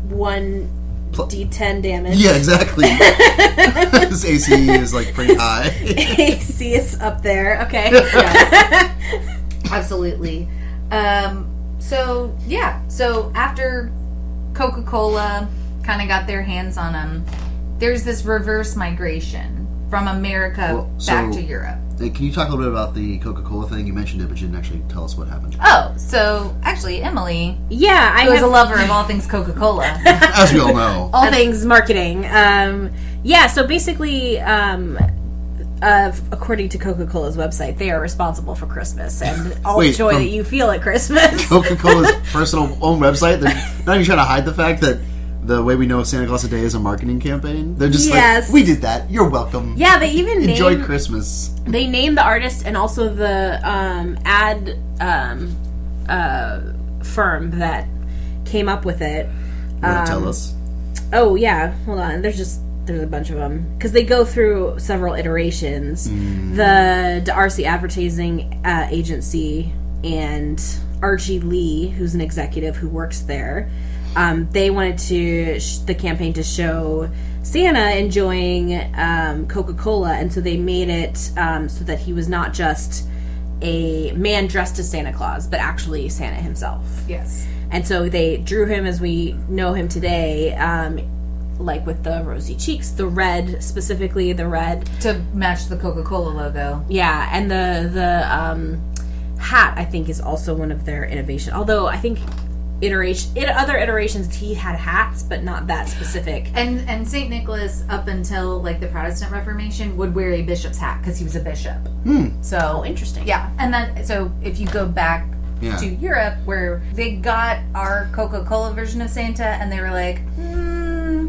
one
Pl-
d10 damage.
Yeah, exactly. His AC is like pretty high.
AC is up there. Okay.
Absolutely. Um, so yeah. So after Coca Cola kind of got their hands on him, there's this reverse migration from America
Well,
back
so-
to Europe.
Hey, Can you talk a little bit about the Coca Cola thing? You mentioned it, but you didn't actually tell us what happened.
Oh, so actually Emily,
yeah, I
who is
have
a lover of all things Coca Cola,
As we all know,
all things marketing. Um, yeah, so basically, um, uh, according to Coca Cola's website, they are responsible for Christmas and all
Wait,
the joy
from-
that you feel at Christmas.
Coca Cola's personal own website. They're not even trying to hide the fact that the way we know Santa Claus today is a marketing campaign. They're just
Yes.
like, we did that. You're welcome.
yeah, they even
Enjoy
name,
Christmas.
they name the artist and also the um, ad um, uh, firm that
came up with it.
Want to
Um,
tell us?
Oh yeah, hold on. There's just there's a bunch of them because they go through several iterations. The D'Arcy Advertising uh, Agency and Archie Lee, who's an executive who works there, um, they wanted to sh- the campaign to show Santa enjoying um, Coca Cola, and so they made it um, so that he was not just a man dressed as Santa Claus, but actually Santa himself
yes,
and so they drew him as we know him today um, like with the rosy cheeks the red specifically the red
to match the Coca Cola logo.
yeah and the the um, hat i think is also one of their innovation although i think iteration in other iterations he had hats but not that specific
And and Saint Nicholas, up until like the Protestant Reformation, would wear a bishop's hat because he was a bishop. So
Oh, interesting
Yeah, and then so if you go back
Yeah.
to Europe, where they got our Coca Cola version of Santa, and they were like, hmm,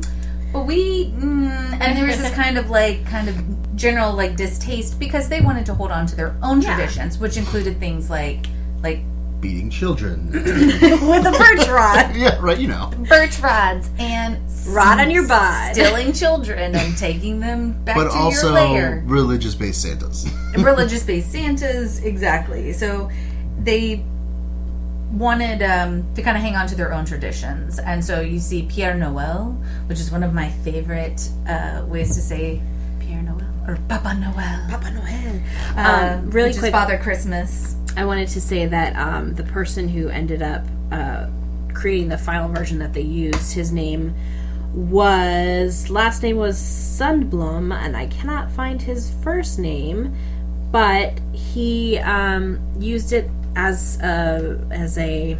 but we, mm, and there was this kind of like kind of general like distaste because they wanted to hold on to their own traditions, which included things like like
Beating children.
with a birch rod
yeah, right. You know.
birch rods and
rod on your
s-
bod
stealing children and taking them back
But
to
also
your lair.
religious based Santas.
religious based Santas, exactly. So they wanted um, to kind of hang on to their own traditions. And so you see Pierre Noel, which is one of my favorite uh, ways to say Pierre Noel or Papa Noel.
Papa Noel.
uh,
Um, really
which is
quick,
Father Christmas.
I wanted to say that um, the person who ended up uh, creating the final version that they used, his name was last name was Sundblom, and I cannot find his first name, but he um, used it as a as a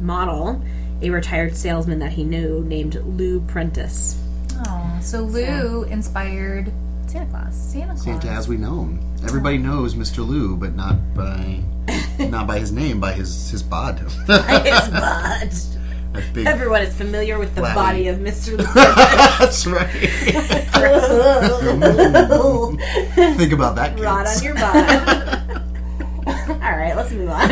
model. A retired salesman that he knew named Lou Prentice.
Oh, so Lou inspired Santa Claus. Santa Claus.
Santa as we know him. Everybody knows Mr. Lou, but not by not by his name, by his his bod. that
His bud.
big.
Everyone is familiar with the
Flatly.
body of Mr. Lou
That's right. Think about that, kids.
rod on your bottom. All right, let's move on.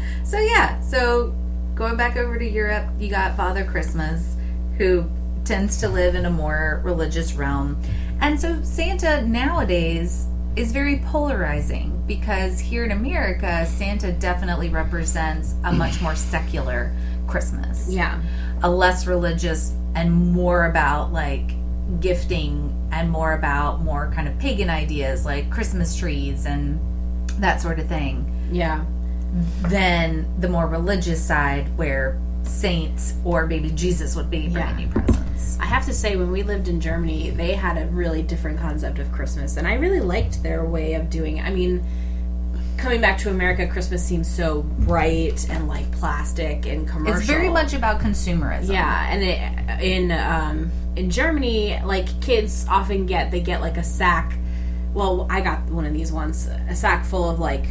so yeah, so going back over to Europe, you got Father Christmas, who tends to live in a more religious realm. And so Santa nowadays is very polarizing because here in America, Santa definitely represents a much more secular Christmas
yeah,
a less religious and more about like gifting and more about more kind of pagan ideas like Christmas trees and that sort of thing
yeah,
than the more religious side where saints or maybe Jesus would be bringing
Yeah.
you presents.
I have to say, when we lived in Germany, they had a really different concept of Christmas, and I really liked their way of doing it. I mean,
coming back to America, Christmas seems so bright and like plastic and commercial.
It's very much about consumerism.
yeah, and it, in um, in Germany, like kids often get they get like a sack. Well, I got one of these once, a sack full of like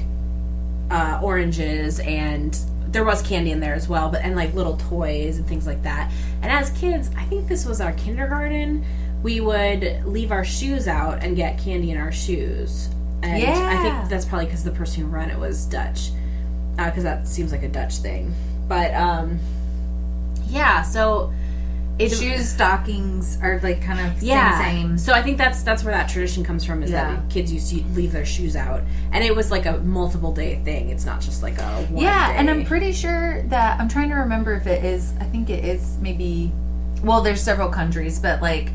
uh, oranges and there was candy in there as well, but and like little toys and things like that. And as kids, I think this was our kindergarten. We would leave our shoes out and get candy in our shoes. And I
Yeah.
think that's probably because the person who ran it was Dutch, because that seems like a Dutch thing. But um, yeah, so it
Shoes, stockings are like kind of
yeah.
same, same.
So I think that's that's where that tradition comes from is
Yeah.
that kids used to leave their shoes out, and it was like a multiple day thing. It's not just like a one
Yeah, and
day.
I'm pretty sure that I'm trying to remember if it is. I think it is maybe. Well, there's several countries, but like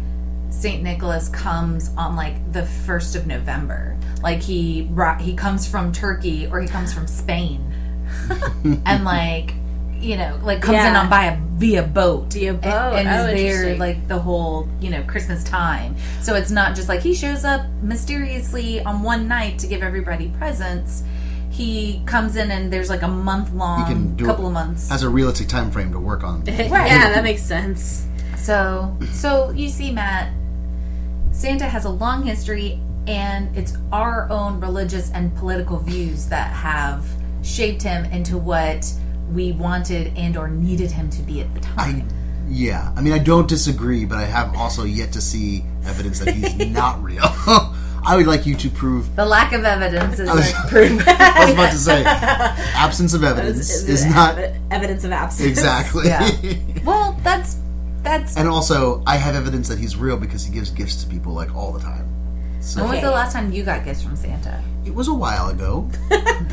Saint Nicholas comes on like the first of November. Like he brought, he comes from Turkey or he comes from Spain, and like you know, like comes in
Yeah.
on by a via boat.
Via boat.
and, and
Oh,
is there
interesting.
like the whole you know Christmas time. So it's not just like he shows up mysteriously on one night to give everybody presents. He comes in and there's like a month long,
can do it
couple of months.
Has a realistic time frame to work on.
yeah, that makes sense.
So, so you see, Matt, Santa has a long history, and it's our own religious and political views that have shaped him into what we wanted and or needed him to be at the
I,
time.
yeah, I mean, I don't disagree, but I have also yet to see evidence that he's not real. I would like you to prove.
the lack of evidence is
I was,
like,
I was about to say, absence of evidence is, not
evidence of absence.
exactly.
Yeah. well, that's that's.
and also, I have evidence that he's real because he gives gifts to people like all the time. So
When was the last time you got gifts from Santa?
it was a while ago.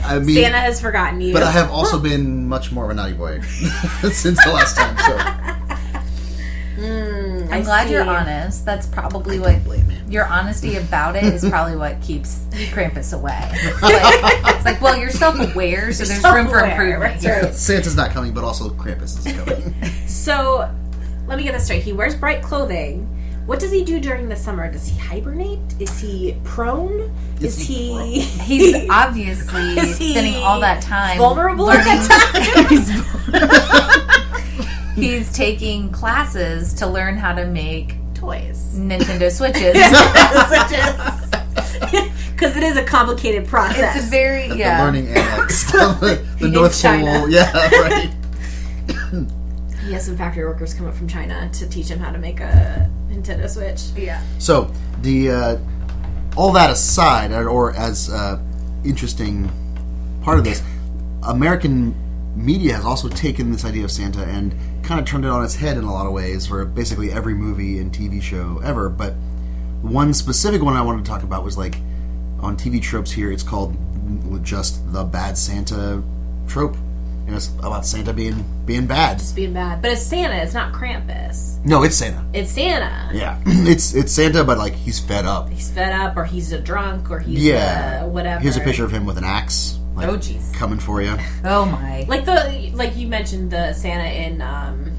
I mean,
Santa has forgotten you.
but I have also been much more of a naughty boy since the last time. So
I'm glad you're
Mm, see.
honest. That's probably
I
what
don't blame you.
your honesty about it is probably what keeps Krampus away. Like, it's like, well, you're self-aware, so there's room for
self-aware,
improvement.
right?
here.
Santa's not coming, but also Krampus is coming.
so let me get this straight. He wears bright clothing. What does he do during the summer? Does he hibernate? Is he prone? Is,
Is he
he,
He's obviously
Is he
spending all that time
vulnerable at that time?
He's taking classes to learn how to make
Toys.
Nintendo Switches.
Because it is a complicated process.
it's a very
The
yeah.
learning annex. the North
China.
Pole. Yeah, right.
he has some factory workers come up from China to teach him how to make a Nintendo Switch.
Yeah.
So the uh, all that aside, or- or as uh, interesting part of this, American media has also taken this idea of Santa and kind of turned it on its head in a lot of ways. For basically every movie and TV show ever, but one specific one I wanted to talk about was like on TV tropes here. It's called just the bad Santa trope, and it's about Santa being being bad.
It's being bad. But it's Santa, it's not Krampus.
No, it's Santa.
It's Santa.
Yeah, it's it's Santa, but like he's fed up.
He's fed up, or he's a drunk, or he's
Yeah,
yeah. whatever.
Here's a picture of him with an axe. Like,
Oh jeez.
coming for you.
Oh my.
Like the like you mentioned the Santa in um,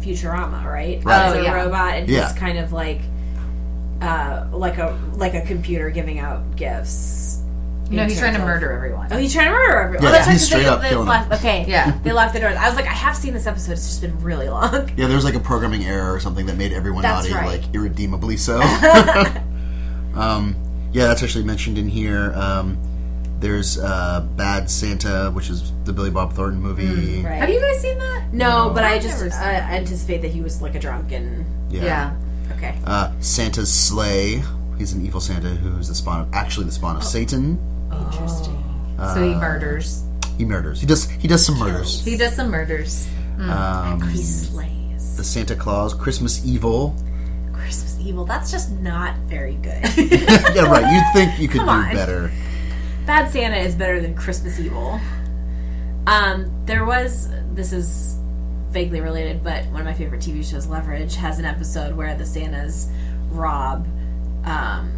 Futurama, right?
Right.
He's
Oh,
a
yeah.
robot, and
Yeah.
he's kind of like uh, like a like a computer giving out gifts.
No, he's trying to
Internet.
murder everyone.
Oh, he's trying to murder everyone.
Yeah,
oh, that's
he's
right, 'cause
straight
they,
up
they
killing
left, Okay,
Yeah.
they locked the doors. I was like, I have seen this episode. It's just been really long.
Yeah, there's like a programming error or something that made everyone
That's
naughty,
right.
like irredeemably so. um, yeah, that's actually mentioned in here. Um, there's uh, Bad Santa, which is the Billy Bob Thornton movie.
Mm, Right.
Have you guys seen that?
No, but I
I've
just
never seen
uh, anticipate that he was like a drunk and
Yeah.
Yeah.
okay.
Uh, Santa's sleigh. He's an evil Santa who's the spawn of actually the spawn of Satan. Uh,
Interesting.
So
Uh,
he murders.
He murders. He does. He does some murders.
He does some murders.
Um,
Oh, He slays.
the Santa Claus, Christmas Evil.
Christmas evil. That's just not very good.
yeah, right. You'd think you could do
Come on.
better.
Bad Santa is better than Christmas evil. Um, there was this is vaguely related, but one of my favorite TV shows, Leverage, has an episode where the Santas rob. Um,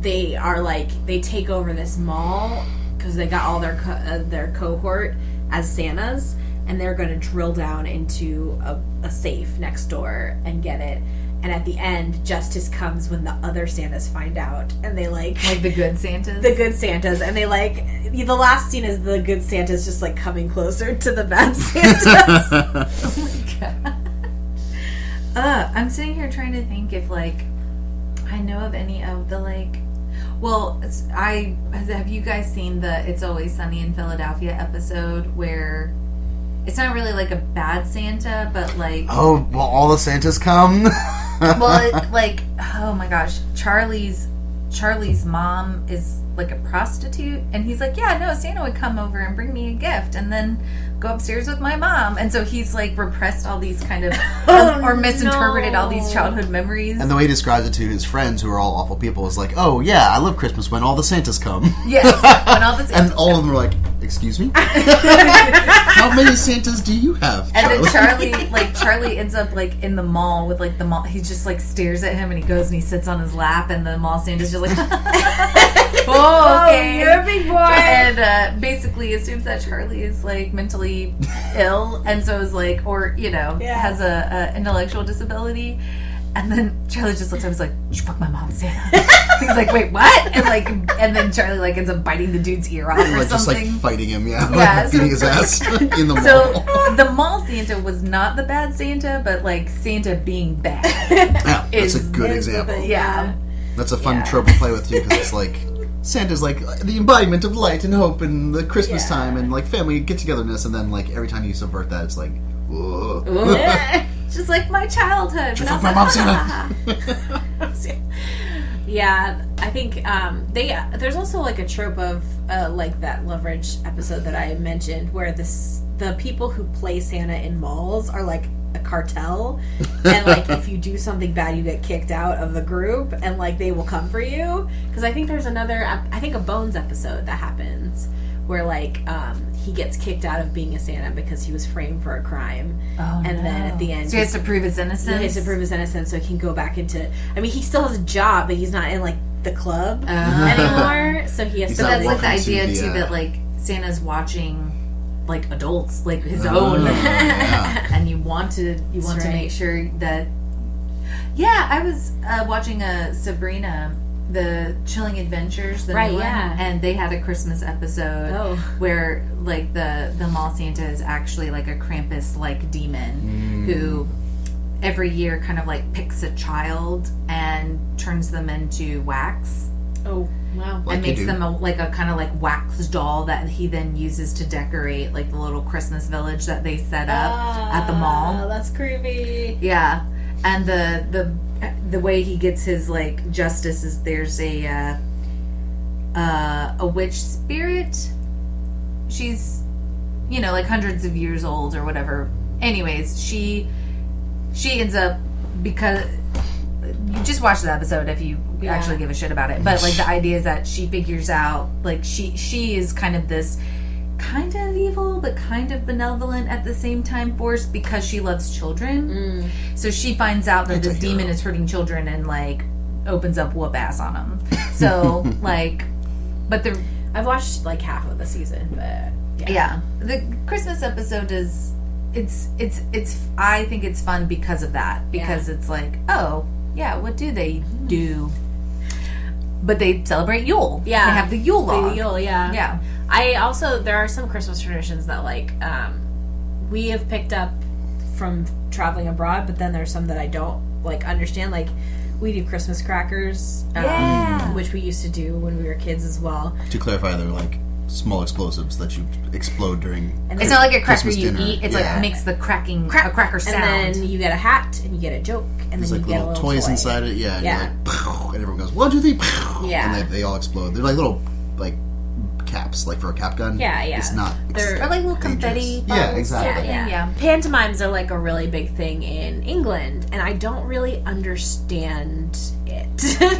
they are like they take over this mall because they got all their co- uh, their cohort as Santas, and they're going to drill down into a, a safe next door and get it. and at the end, justice comes when the other Santas find out, and they like
Like the good Santas.
the good Santas, and they like the last scene is the good Santas just like coming closer to the bad Santas.
Oh Uh, I'm sitting here trying to think if like I know of any of the like. Well, it's, I have you guys seen the "It's Always Sunny in Philadelphia" episode where it's not really like a bad Santa, but like
Oh, well, all the Santas come.
well, it, like oh my gosh, Charlie's Charlie's mom is like a prostitute, and he's like, yeah, no, Santa would come over and bring me a gift, and then go upstairs with my mom, and so he's like repressed all these kind of or, misinterpreted all these childhood memories.
and the way he describes it to his friends, who are all awful people, is like, "Oh yeah, I love Christmas when all the Santas come."
yes, when all this
and all of them are like, "Excuse me, how many Santas do you have?"
And then
Charlie?"
Charlie, like Charlie, ends up like in the mall with like the mall. He just like stares at him, and he goes and he sits on his lap, and the mall Santa's just like, "Oh, okay, you're a big boy," and uh, basically assumes that Charlie is like mentally ill, and so is like, or you know, has a, a intellectual disability. And then Charlie just looks at him and is like, "You fuck my mom, Santa." He's like, "Wait, what?" And like, and then Charlie like ends up biting the dude's ear off or
like, just like
something.
fighting him, yeah, like,
Yeah, so
beating his
it's like-
ass in the mall.
So the mall Santa was not the bad Santa, but like Santa being bad.
yeah, that's a
is-
good example.
yeah.
That's a fun trope to play with too, because it's like Santa's like the embodiment of light and hope and the Christmas time and like family get-togetherness, and then like every time you subvert that, it's like, whoa.
Just like my childhood. But I
Fuck
was
my
like,
mom, Santa.
yeah, I think um, they there's also like a trope of uh, like that leverage episode that I mentioned where this the people who play Santa in malls are like a cartel and like if you do something bad you get kicked out of the group and like they will come for you because i think there's another ep- i think a bones episode that happens where like um, he gets kicked out of being a santa because he was framed for a crime
Oh,
and then
no.
at the end
So he has to prove his innocence.
he has to prove his innocence so he can go back into. I mean, he still has a job, but he's not in like the club
Uh-huh.
anymore. So he has
He's
to.
not
That's like the
Welcome to
idea
the,
too
uh,
that like Santa's watching like adults, like his
Oh,
own,
yeah.
and you want to you want to
right.
make sure that. Yeah, I was uh, watching a Sabrina, the Chilling Adventures, the
Right,
new one,
yeah.
and they had a Christmas episode
Oh.
where like the the mall Santa is actually like a Krampus like
Mm.
demon who every year kind of like picks a child and turns them into wax
Oh wow!
Like
and
you
makes
do.
them a, like a kind of like wax doll that he then uses to decorate like the little Christmas village that they set up at the mall.
Ah, that's creepy.
Yeah, and the the the way he gets his like justice is there's a uh, uh, a witch spirit. She's you know like hundreds of years old or whatever. Anyways, she she ends up because you just watch the episode if you actually give a shit about it. But like the idea is that she figures out like she she is kind of this kind of evil but kind of benevolent at the same time force because she loves children.
Mm.
So she finds out that this demon is hurting children and like opens up whoop ass on them. So like, but the
I've watched like half of the season, but
yeah the christmas episode is it's it's it's i think it's fun because of that because it's like oh yeah what do they do but they celebrate yule
Yeah.
they have the yule log
You'll- yeah,
yeah
I also there are some Christmas traditions that like um, we have picked up from traveling abroad, but then there's some that I don't like understand. Like we do Christmas crackers, um,
Yeah.
which we used to do when we were kids as well.
to clarify, they're like small explosives that you explode during.
it's not like a cracker
Christmas
you
dinner,
eat it's
yeah.
like makes the cracking a cracker sound
And then you get a hat and you get a joke and
There's
then
like
you get
little
a little
toys
toy.
inside it, yeah. And, you're
Yeah.
like, "Pow," and everyone goes one, two, three, pow,"
Yeah.
and they, they all explode. They're like little like caps, like for a cap gun.
Yeah, yeah.
It's not. It's
They're-
or like little confetti
dangerous. Yeah,
bottles.
exactly.
yeah, yeah.
Pantomimes are like a really big thing in England and I don't really understand it.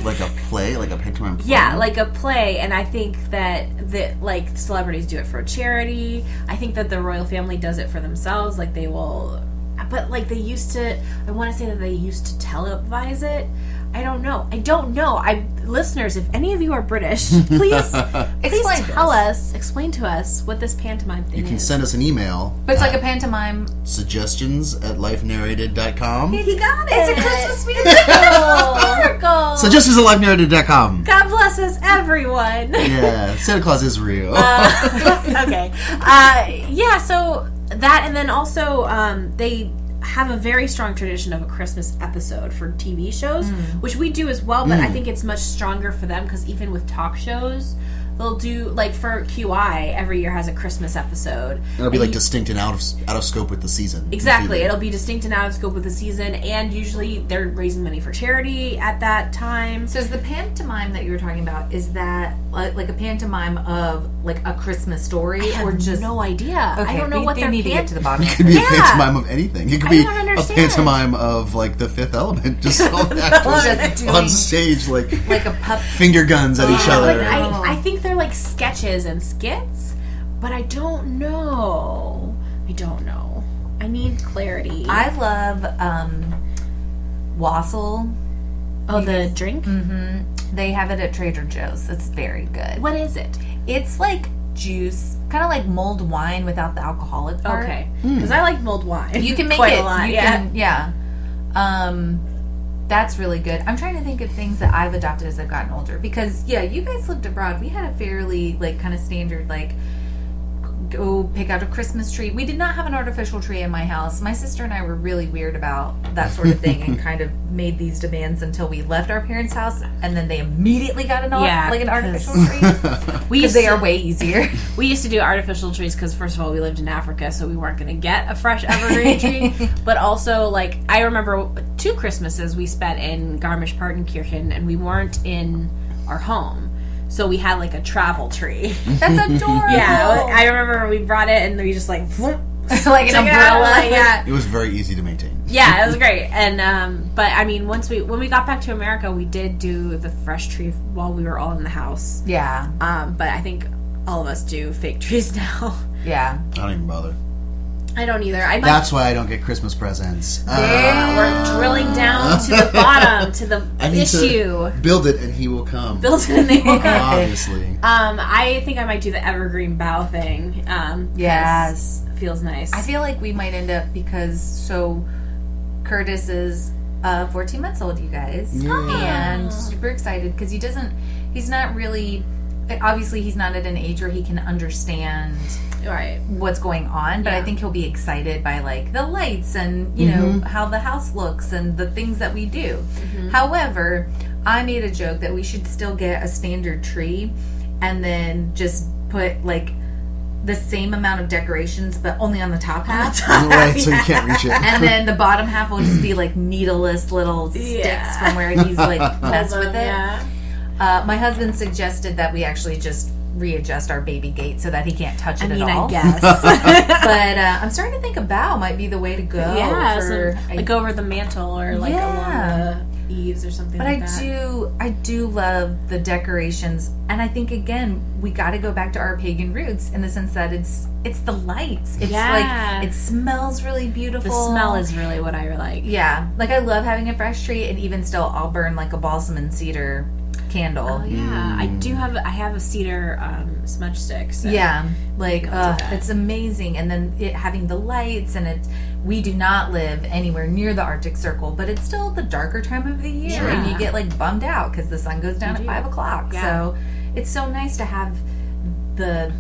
Like a play, like a pantomime. Play.
yeah, like a play and I think that that like celebrities do it for charity. I think that the royal family does it for themselves like they will but like they used to I want to say that they used to televise it. I don't know. I don't know. I listeners, if any of you are British, please please
Explain
tell
this.
us, explain to us what this pantomime thing
You can
is.
send us an email
but it's like a pantomime
suggestions at lifenarrated.com.
he got it it's a christmas music
So just as a livenarrative.com.
God bless us, everyone.
Yeah, Santa Claus is real.
Uh, okay. Uh, yeah, so that, and then also um, they have a very strong tradition of a Christmas episode for TV shows, which we do as well,
Mm.
but I think it's much stronger for them because even with talk shows, they'll do, like for QI, every year has a Christmas episode.
It'll be
And
like
you-
distinct and out of out of scope with the season.
Exactly. It'll be distinct and out of scope with the season, and usually they're raising money for charity at that time.
So is the pantomime that you were talking about is that like, like a pantomime of like a Christmas story
I
or
have
just
no idea. I don't know
they,
what
they
they're
need to get to the bottom.
It
of
could be a
Yeah.
pantomime of anything. It could
I
be
don't
a
understand.
pantomime of like the Fifth Element, just all the
Just
actors
doing-
on stage like
like a pup.
finger guns at each
Yeah,
other.
Like, I, I think they're like sketches and skits, but I don't know. I don't know. I need clarity.
I love um, Wassel.
oh, the drink?
Mm.
Mm-hmm.
They have it at Trader Joe's. It's very good.
What is it?
It's like juice, kind of like mulled wine without the alcoholic part.
Okay. Because I like mulled wine.
You can make
Quite
it.
a lot.
you
yeah.
Can, yeah. Um, that's really good. I'm trying to think of things that I've adopted as I've gotten older because yeah, you guys lived abroad. We had a fairly like kind of standard like go pick out a Christmas tree. We did not have an artificial tree in my house. My sister and I were really weird about that sort of thing and kind of made these demands until we left our parents' house and then they immediately got an ar-
Yeah,
like an artificial tree
we
because
used
they
to,
are way easier.
we used to do artificial trees because first of all we lived in Africa, so we weren't going to get a fresh evergreen tree. But also, like I remember two Christmases we spent in Garmisch-Partenkirchen, and we weren't in our home, so we had like a travel tree.
That's adorable.
Yeah, I remember we brought it and we just like vroom,
Oh. like an
took it out,
umbrella.
like, yeah,
It was very easy to maintain.
yeah, it was great. And um, but I mean, once we when we got back to America, we did do the fresh tree while we were all in the house.
Yeah.
Um, but I think all of us do fake trees now.
Yeah.
I don't even bother.
I don't either. I might,
That's why I don't get Christmas presents. Ah.
Yeah.
we're drilling down to the bottom to the
I need
issue.
to build it, and he will come.
Built in and they will come.
Obviously,
Um, I think I might do the evergreen bough thing. Um, 'cause
Yes.
it feels nice.
I feel like we might end up because so Curtis is uh, 14 months old, you guys, and super excited because he doesn't. He's not really. Obviously, he's not at an age where he can understand
right.
what's going on, but I think he'll be excited by like the lights and you
Mm-hmm.
know how the house looks and the things that we do. However, I made a joke that we should still get a standard tree and then just put like the same amount of decorations but only on the top half.
right? So you can't reach it.
And then the bottom half will just be like needleless little sticks
Yeah.
from where he's like messed with it.
Yeah.
Uh, my husband suggested that we actually just readjust our baby gate so that he can't touch it
I mean,
at all
I guess.
but uh, I'm starting to think a bow might be the way to go.
yeah,
for-
so,
I-
like over the mantle or like
Yeah.
along the eaves or something.
but
like
I
that.
do, I do love the decorations, and I think again we got to go back to our pagan roots in the sense that it's it's the lights. It's
Yeah.
like it smells really beautiful.
The smell is really what I like.
yeah. Like I love having a fresh tree, and even still, I'll burn like a balsam and cedar candle.
Oh, yeah, I do have. I have a cedar um, smudge stick. So.
Yeah, like uh,
that.
it's amazing, and then it having the lights, and it. We do not live anywhere near the Arctic Circle, but it's still the darker time of the year, and you
Yeah.
get like bummed out because the sun goes down at five o'clock.
Yeah.
So it's so nice to have the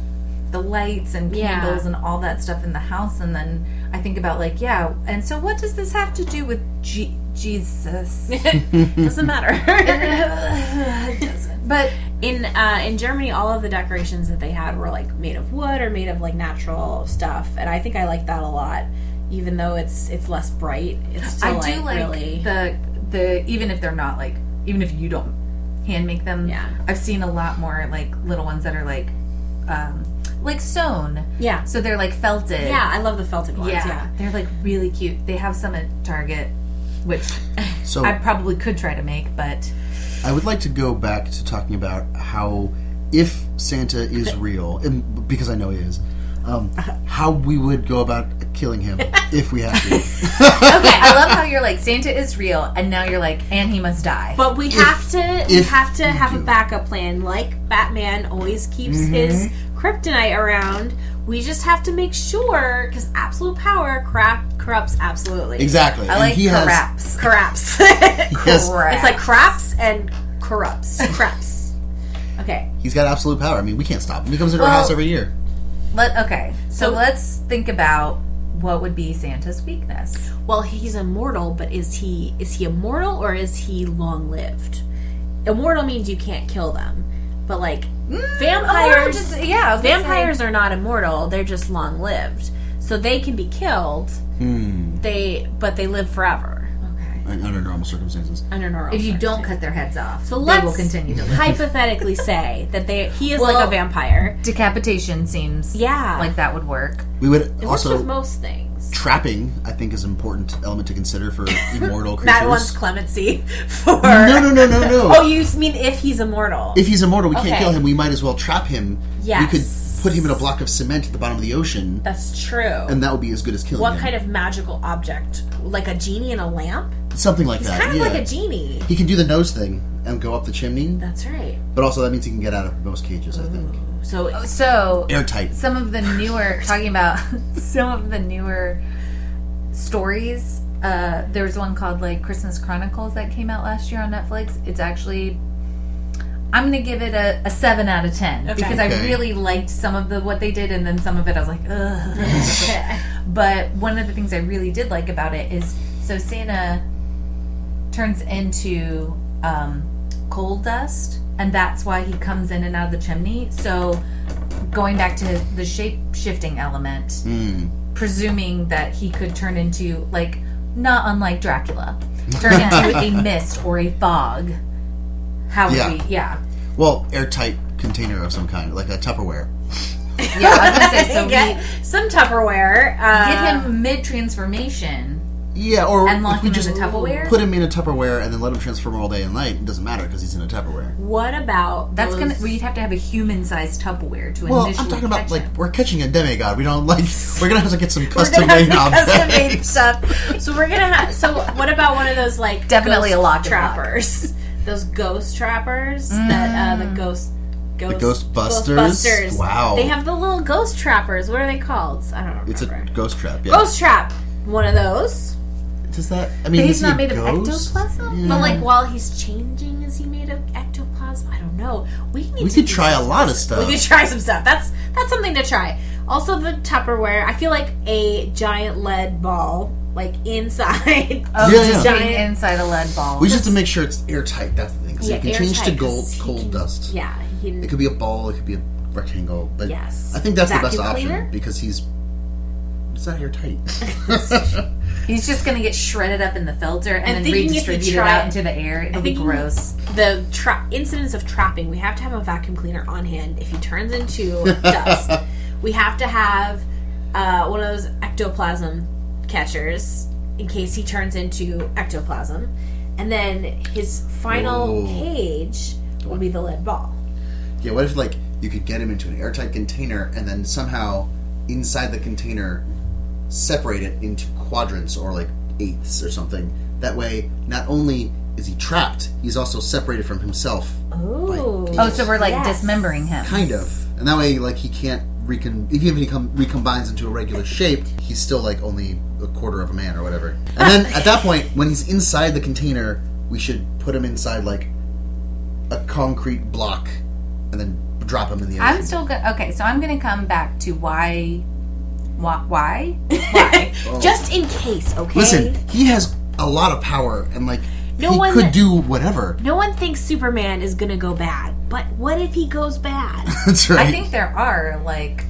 the lights and
Yeah.
candles and all that stuff in the house, and then I think about like yeah, and so what does this have to do with G- Jesus?
doesn't matter.
It doesn't. But
in uh, in Germany, all of the decorations that they had were like made of wood or made of like natural stuff, and I think I like that a lot. Even though it's it's less bright, it's still
I do like
really
the the even if they're not like even if you don't hand make them.
Yeah.
I've seen a lot more like little ones that are like um like sewn.
yeah
So they're like felted.
yeah. I love the felted ones.
Yeah.
Yeah,
They're like really cute. They have some at Target, which
So
I probably could try to make, but
I would like to go back to talking about how, if Santa is real, and because I know he is, um,
Uh-huh.
how we would go about killing him if we had to.
Okay, I love how you're like Santa is real and now you're like and he must die.
But we have to we
if
have to have a
do. Mm-hmm.
backup plan. Like Batman always keeps his kryptonite around. We just have to make sure because absolute power crap corrupts absolutely.
Exactly.
I
and
like
he has
craps.
Corrupts.
he has-
It's like craps and corrupts. Craps. Okay.
he's got absolute power. I mean, we can't stop him. He comes into our
Well-
house every year.
Let, okay, so,
So-
let's think about what would be Santa's weakness.
Well, he's immortal, but is he is he immortal or is he long lived? Immortal means you can't kill them, but like
Or
vampires,
Mm, oh, just yeah, I was gonna say-
vampires are not immortal; they're just long lived, so they can be killed.
Hmm.
They but they live forever
Okay.
Un- Under normal circumstances.
under normal.
If you don't
circumstances.
cut their heads off,
So
they will
let's-
continue to live.
hypothetically say that they he is like
Well-
a vampire,
Decapitation seems
yeah,
like that would work.
We would
it works with
also
most things.
trapping. I think is an important element to consider for immortal creatures.
That wants clemency for.
no, no, no, no, no.
Oh, you mean if he's immortal?
if he's immortal, we can't
Okay.
kill him. We might as well trap him. We could
Yes.
put him in a block of cement at the bottom of the ocean,
That's true.
and that would be as good as killing
what
him.
kind of magical object? Like a genie in a lamp?
something like that?
Kind of
Uh, yeah.
like a genie.
he can do the nose thing and go up the chimney,
That's right.
but also that means he can get out of most cages. I think
So
Oh, So
airtight.
some of the newer talking about some of the newer stories uh there was one called like christmas chronicles that came out last year on netflix it's actually i'm gonna give it a, a 7 out of 10 because i
Okay.
really liked some of the what they did and then some of it i was like ugh but one of the things i really did like about it is so santa turns into um, coal dust, and that's why he comes in and out of the chimney. So, going back to the shape shifting element,
Hmm.
presuming that he could turn into, like, not unlike Dracula, turn into a mist or a fog. How would
Yeah.
we, yeah.
Well, airtight container of some kind, like a Tupperware.
Yeah, I was gonna say, so
get
we um,
some Tupperware. Uh,
get "Oh, him mid transformation.
Yeah, or
And lock
if we
him in
just
the Tupperware?
put him in a Tupperware and then let him transform all day and night. It doesn't matter because he's in a Tupperware.
What about
That's
those-
gonna, well, you'd have to have a human sized Tupperware to
Well,
initially
I'm talking about
catch
like
him.
we're catching a demigod. We don't like. We're gonna have to get some
We're
custom
gonna have
made
the custom made
objects.
stuff. So we're gonna have. So what about one of those like
Definitely
ghost
a lock and lock.
trappers? Those ghost trappers
Mm.
that uh, the ghost. Ghost,
Ghostbusters?
Ghostbusters.
Wow.
They have the little ghost trappers. What are they called? I don't remember.
It's a ghost trap. Yeah.
ghost trap. One of those.
Does that? I mean,
But he's
is he a
not made of
ghost?
ectoplasm?
Yeah.
But like while he's changing, is he made of ectoplasm? I don't know. We need
we
to
could
do
try a
some-
lot of stuff.
We could try some stuff. That's that's something to try. Also the Tupperware. I feel like a giant lead ball, like inside.
Oh,
Yeah,
just
yeah.
being
Giant-
inside a lead ball.
We just have to make sure it's airtight. That's the thing. 'cause
Yeah,
it can change to
airtight,
gold,
'cause he
cold
can-
dust.
yeah, he
It could be a ball. It could be a rectangle. But
Yes.
I think that's the best
Vacuum
option
cleaner?
because he's. It's not airtight.
He's just gonna get shredded up in the filter and, then
I'm thinking if you
redistributed
try-
out into the air. It'll be
thinking-
gross.
the tra- incidents of trapping, we have to have a vacuum cleaner on hand if he turns into dust. We have to have uh, one of those ectoplasm catchers in case he turns into ectoplasm. And then his final
Whoa.
cage will be the lead ball.
yeah. What if like you could get him into an airtight container and then somehow inside the container separate it into quadrants or like eighths or something. That way, not only is he trapped, he's also separated from himself.
Ooh.
Oh, so we're like
Yes.
dismembering him.
Kind of. And that way, like, he can't recon. Even if he com- recombines into a regular shape, he's still, like, only a quarter of a man or whatever. And then at that point, when he's inside the container, we should put him inside, like, a concrete block and then drop him in the
I'm
ocean.
still gonna okay. So I'm gonna come back to why, why, why?
Just in case, okay?
Listen, he has a lot of power and, like,
No
he
one-
could do whatever.
No one thinks Superman is gonna go bad, but what if he goes bad?
That's right.
I think there are like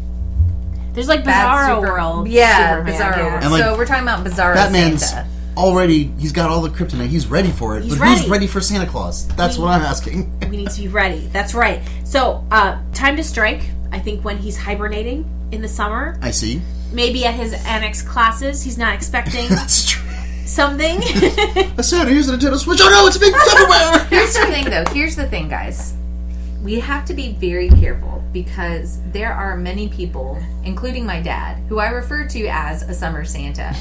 There's like
bad
Bizarro
super-
World.
Yeah,
Superman,
Bizarro
yeah.
World.
And, like,
so we're talking about Bizarro
Batman's
Santa.
already, he's got all the kryptonite. He's ready for it.
He's
but who's
ready.
ready for Santa Claus? That's what I'm asking.
We need to be ready. That's right. So, uh, time to strike. I think when he's hibernating in the summer,
I see.
maybe at his annex classes, he's not expecting
That's true.
something.
I said, here's the Nintendo Switch. Oh no, it's a big Tupperware!
Here's the thing, though. Here's the thing, guys. We have to be very careful because there are many people, including my dad, who I refer to as a summer Santa,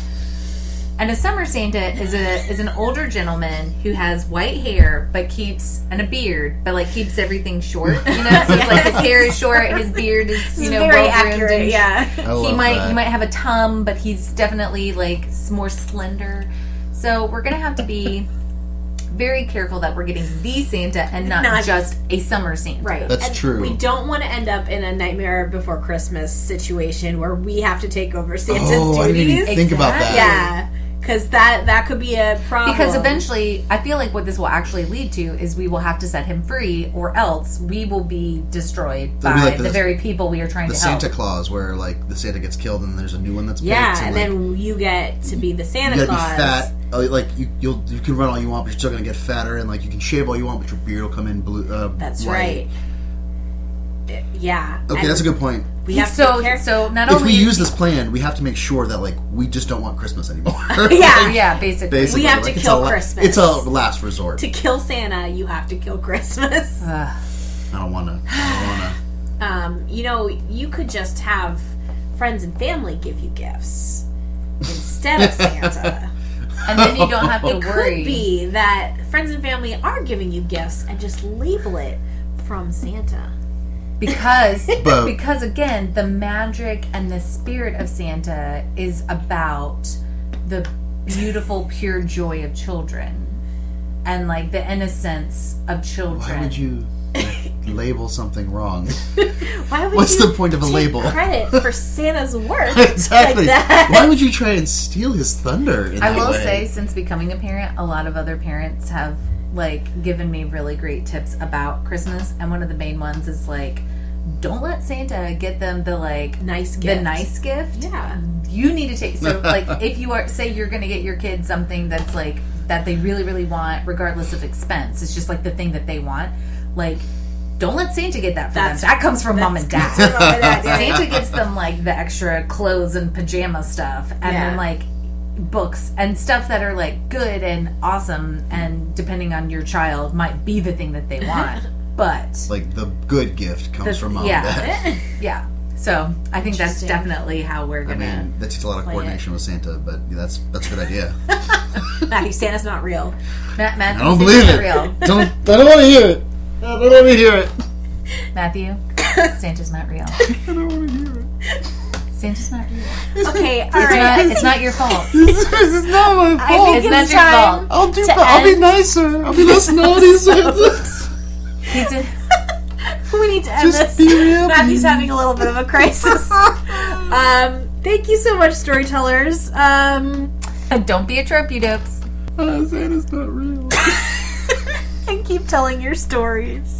And a summer Santa is a is an older gentleman who has white hair but keeps and a beard, but like keeps everything short. You know, so it's like his hair is short, his beard is you know
very
well-groomed and
accurate. Yeah.
I love
he might
that.
he might have a tum, but he's definitely like s- more slender. So we're gonna have to be very careful that we're getting the Santa and not,
Not-
just a summer Santa.
Right.
That's
And
true.
We don't want to end up in a nightmare before Christmas situation where we have to take over Santa's
oh, I didn't
duties.
even think about that.
yeah, because that that could be a problem.
Because eventually, I feel like what this will actually lead to is we will have to set him free, or else we will be destroyed
It'll
by
be like
the,
the-
very people we are trying
The
to
Santa
help.
Claus, where like the Santa gets killed and there's a new one that's
yeah,
picked,
and
like,
then you get to be the Santa
you gotta
Claus.
be fat. Oh, like you, you'll you can run all you want, but you're still gonna get fatter, and like you can shave all you want, but your beard will come in blue. Uh,
That's
white.
right. Uh, Yeah.
Okay,
And
that's a good point.
We have to
so,
be careful.
so not
If
only
we
is-
use this plan, we have to make sure that like we just don't want Christmas anymore.
yeah.
yeah, basically,
Basically,
We have
like,
to
it's
kill
a la-
Christmas.
It's a last resort.
To kill Santa, you have to kill Christmas.
Uh-huh.
I don't want to. I
um, you know, you could just have friends and family give you gifts instead of Santa.
and then you don't have to worry.
Could be that friends and family are giving you gifts and just label it from Santa.
because
But-
because again the magic and the spirit of santa is about the beautiful pure joy of children and like the innocence of
don't want
children
to. Why would you label something wrong?
Why would
What's
you
the point of a
take
label?
credit for Santa's work?
exactly.
Like that.
Why would you try and steal his thunder? In
i
that
will
way?
say since becoming a parent a lot of other parents have like given me really great tips about christmas and one of the main ones is like don't let santa get them the like
Nice
the
gift.
nice gift
Yeah.
you need to take so like if you are say you're gonna get your kid something that's like that they really really want regardless of expense it's just like the thing that they want like don't let santa get that for
That's-
them that comes from mom and
That's
dad
what I would add.
santa gets them like the extra clothes and pajama stuff and then
Yeah.
like books and stuff that are like good and awesome and depending on your child might be the thing that they want but
like the good gift comes
The-
from mom
yeah.
and dad.
yeah so i think that's
Interesting.
definitely how we're
I
gonna
mean, that takes a lot of coordination with Santa, but that's that's a good idea.
Matthew, Santa's not real.
Matt, Matthew,
I don't believe it. Don't I don't want to hear it. I don't want to hear it.
Matthew, Santa's not real. Santa's not real.
Okay, all
It's,
right.
not, it's not your fault.
This, this is not my fault.
It's not your
time.
fault.
I'll do. I'll be nicer. I'll be less naughty, Santa.
He's in,
we need to end
Just be
this.
real.
Matthew's having a little bit of a crisis. um, thank you so much, storytellers. Um,
don't be a trope, you dopes.
Oh, Santa's Uh, not real.
and keep telling your stories.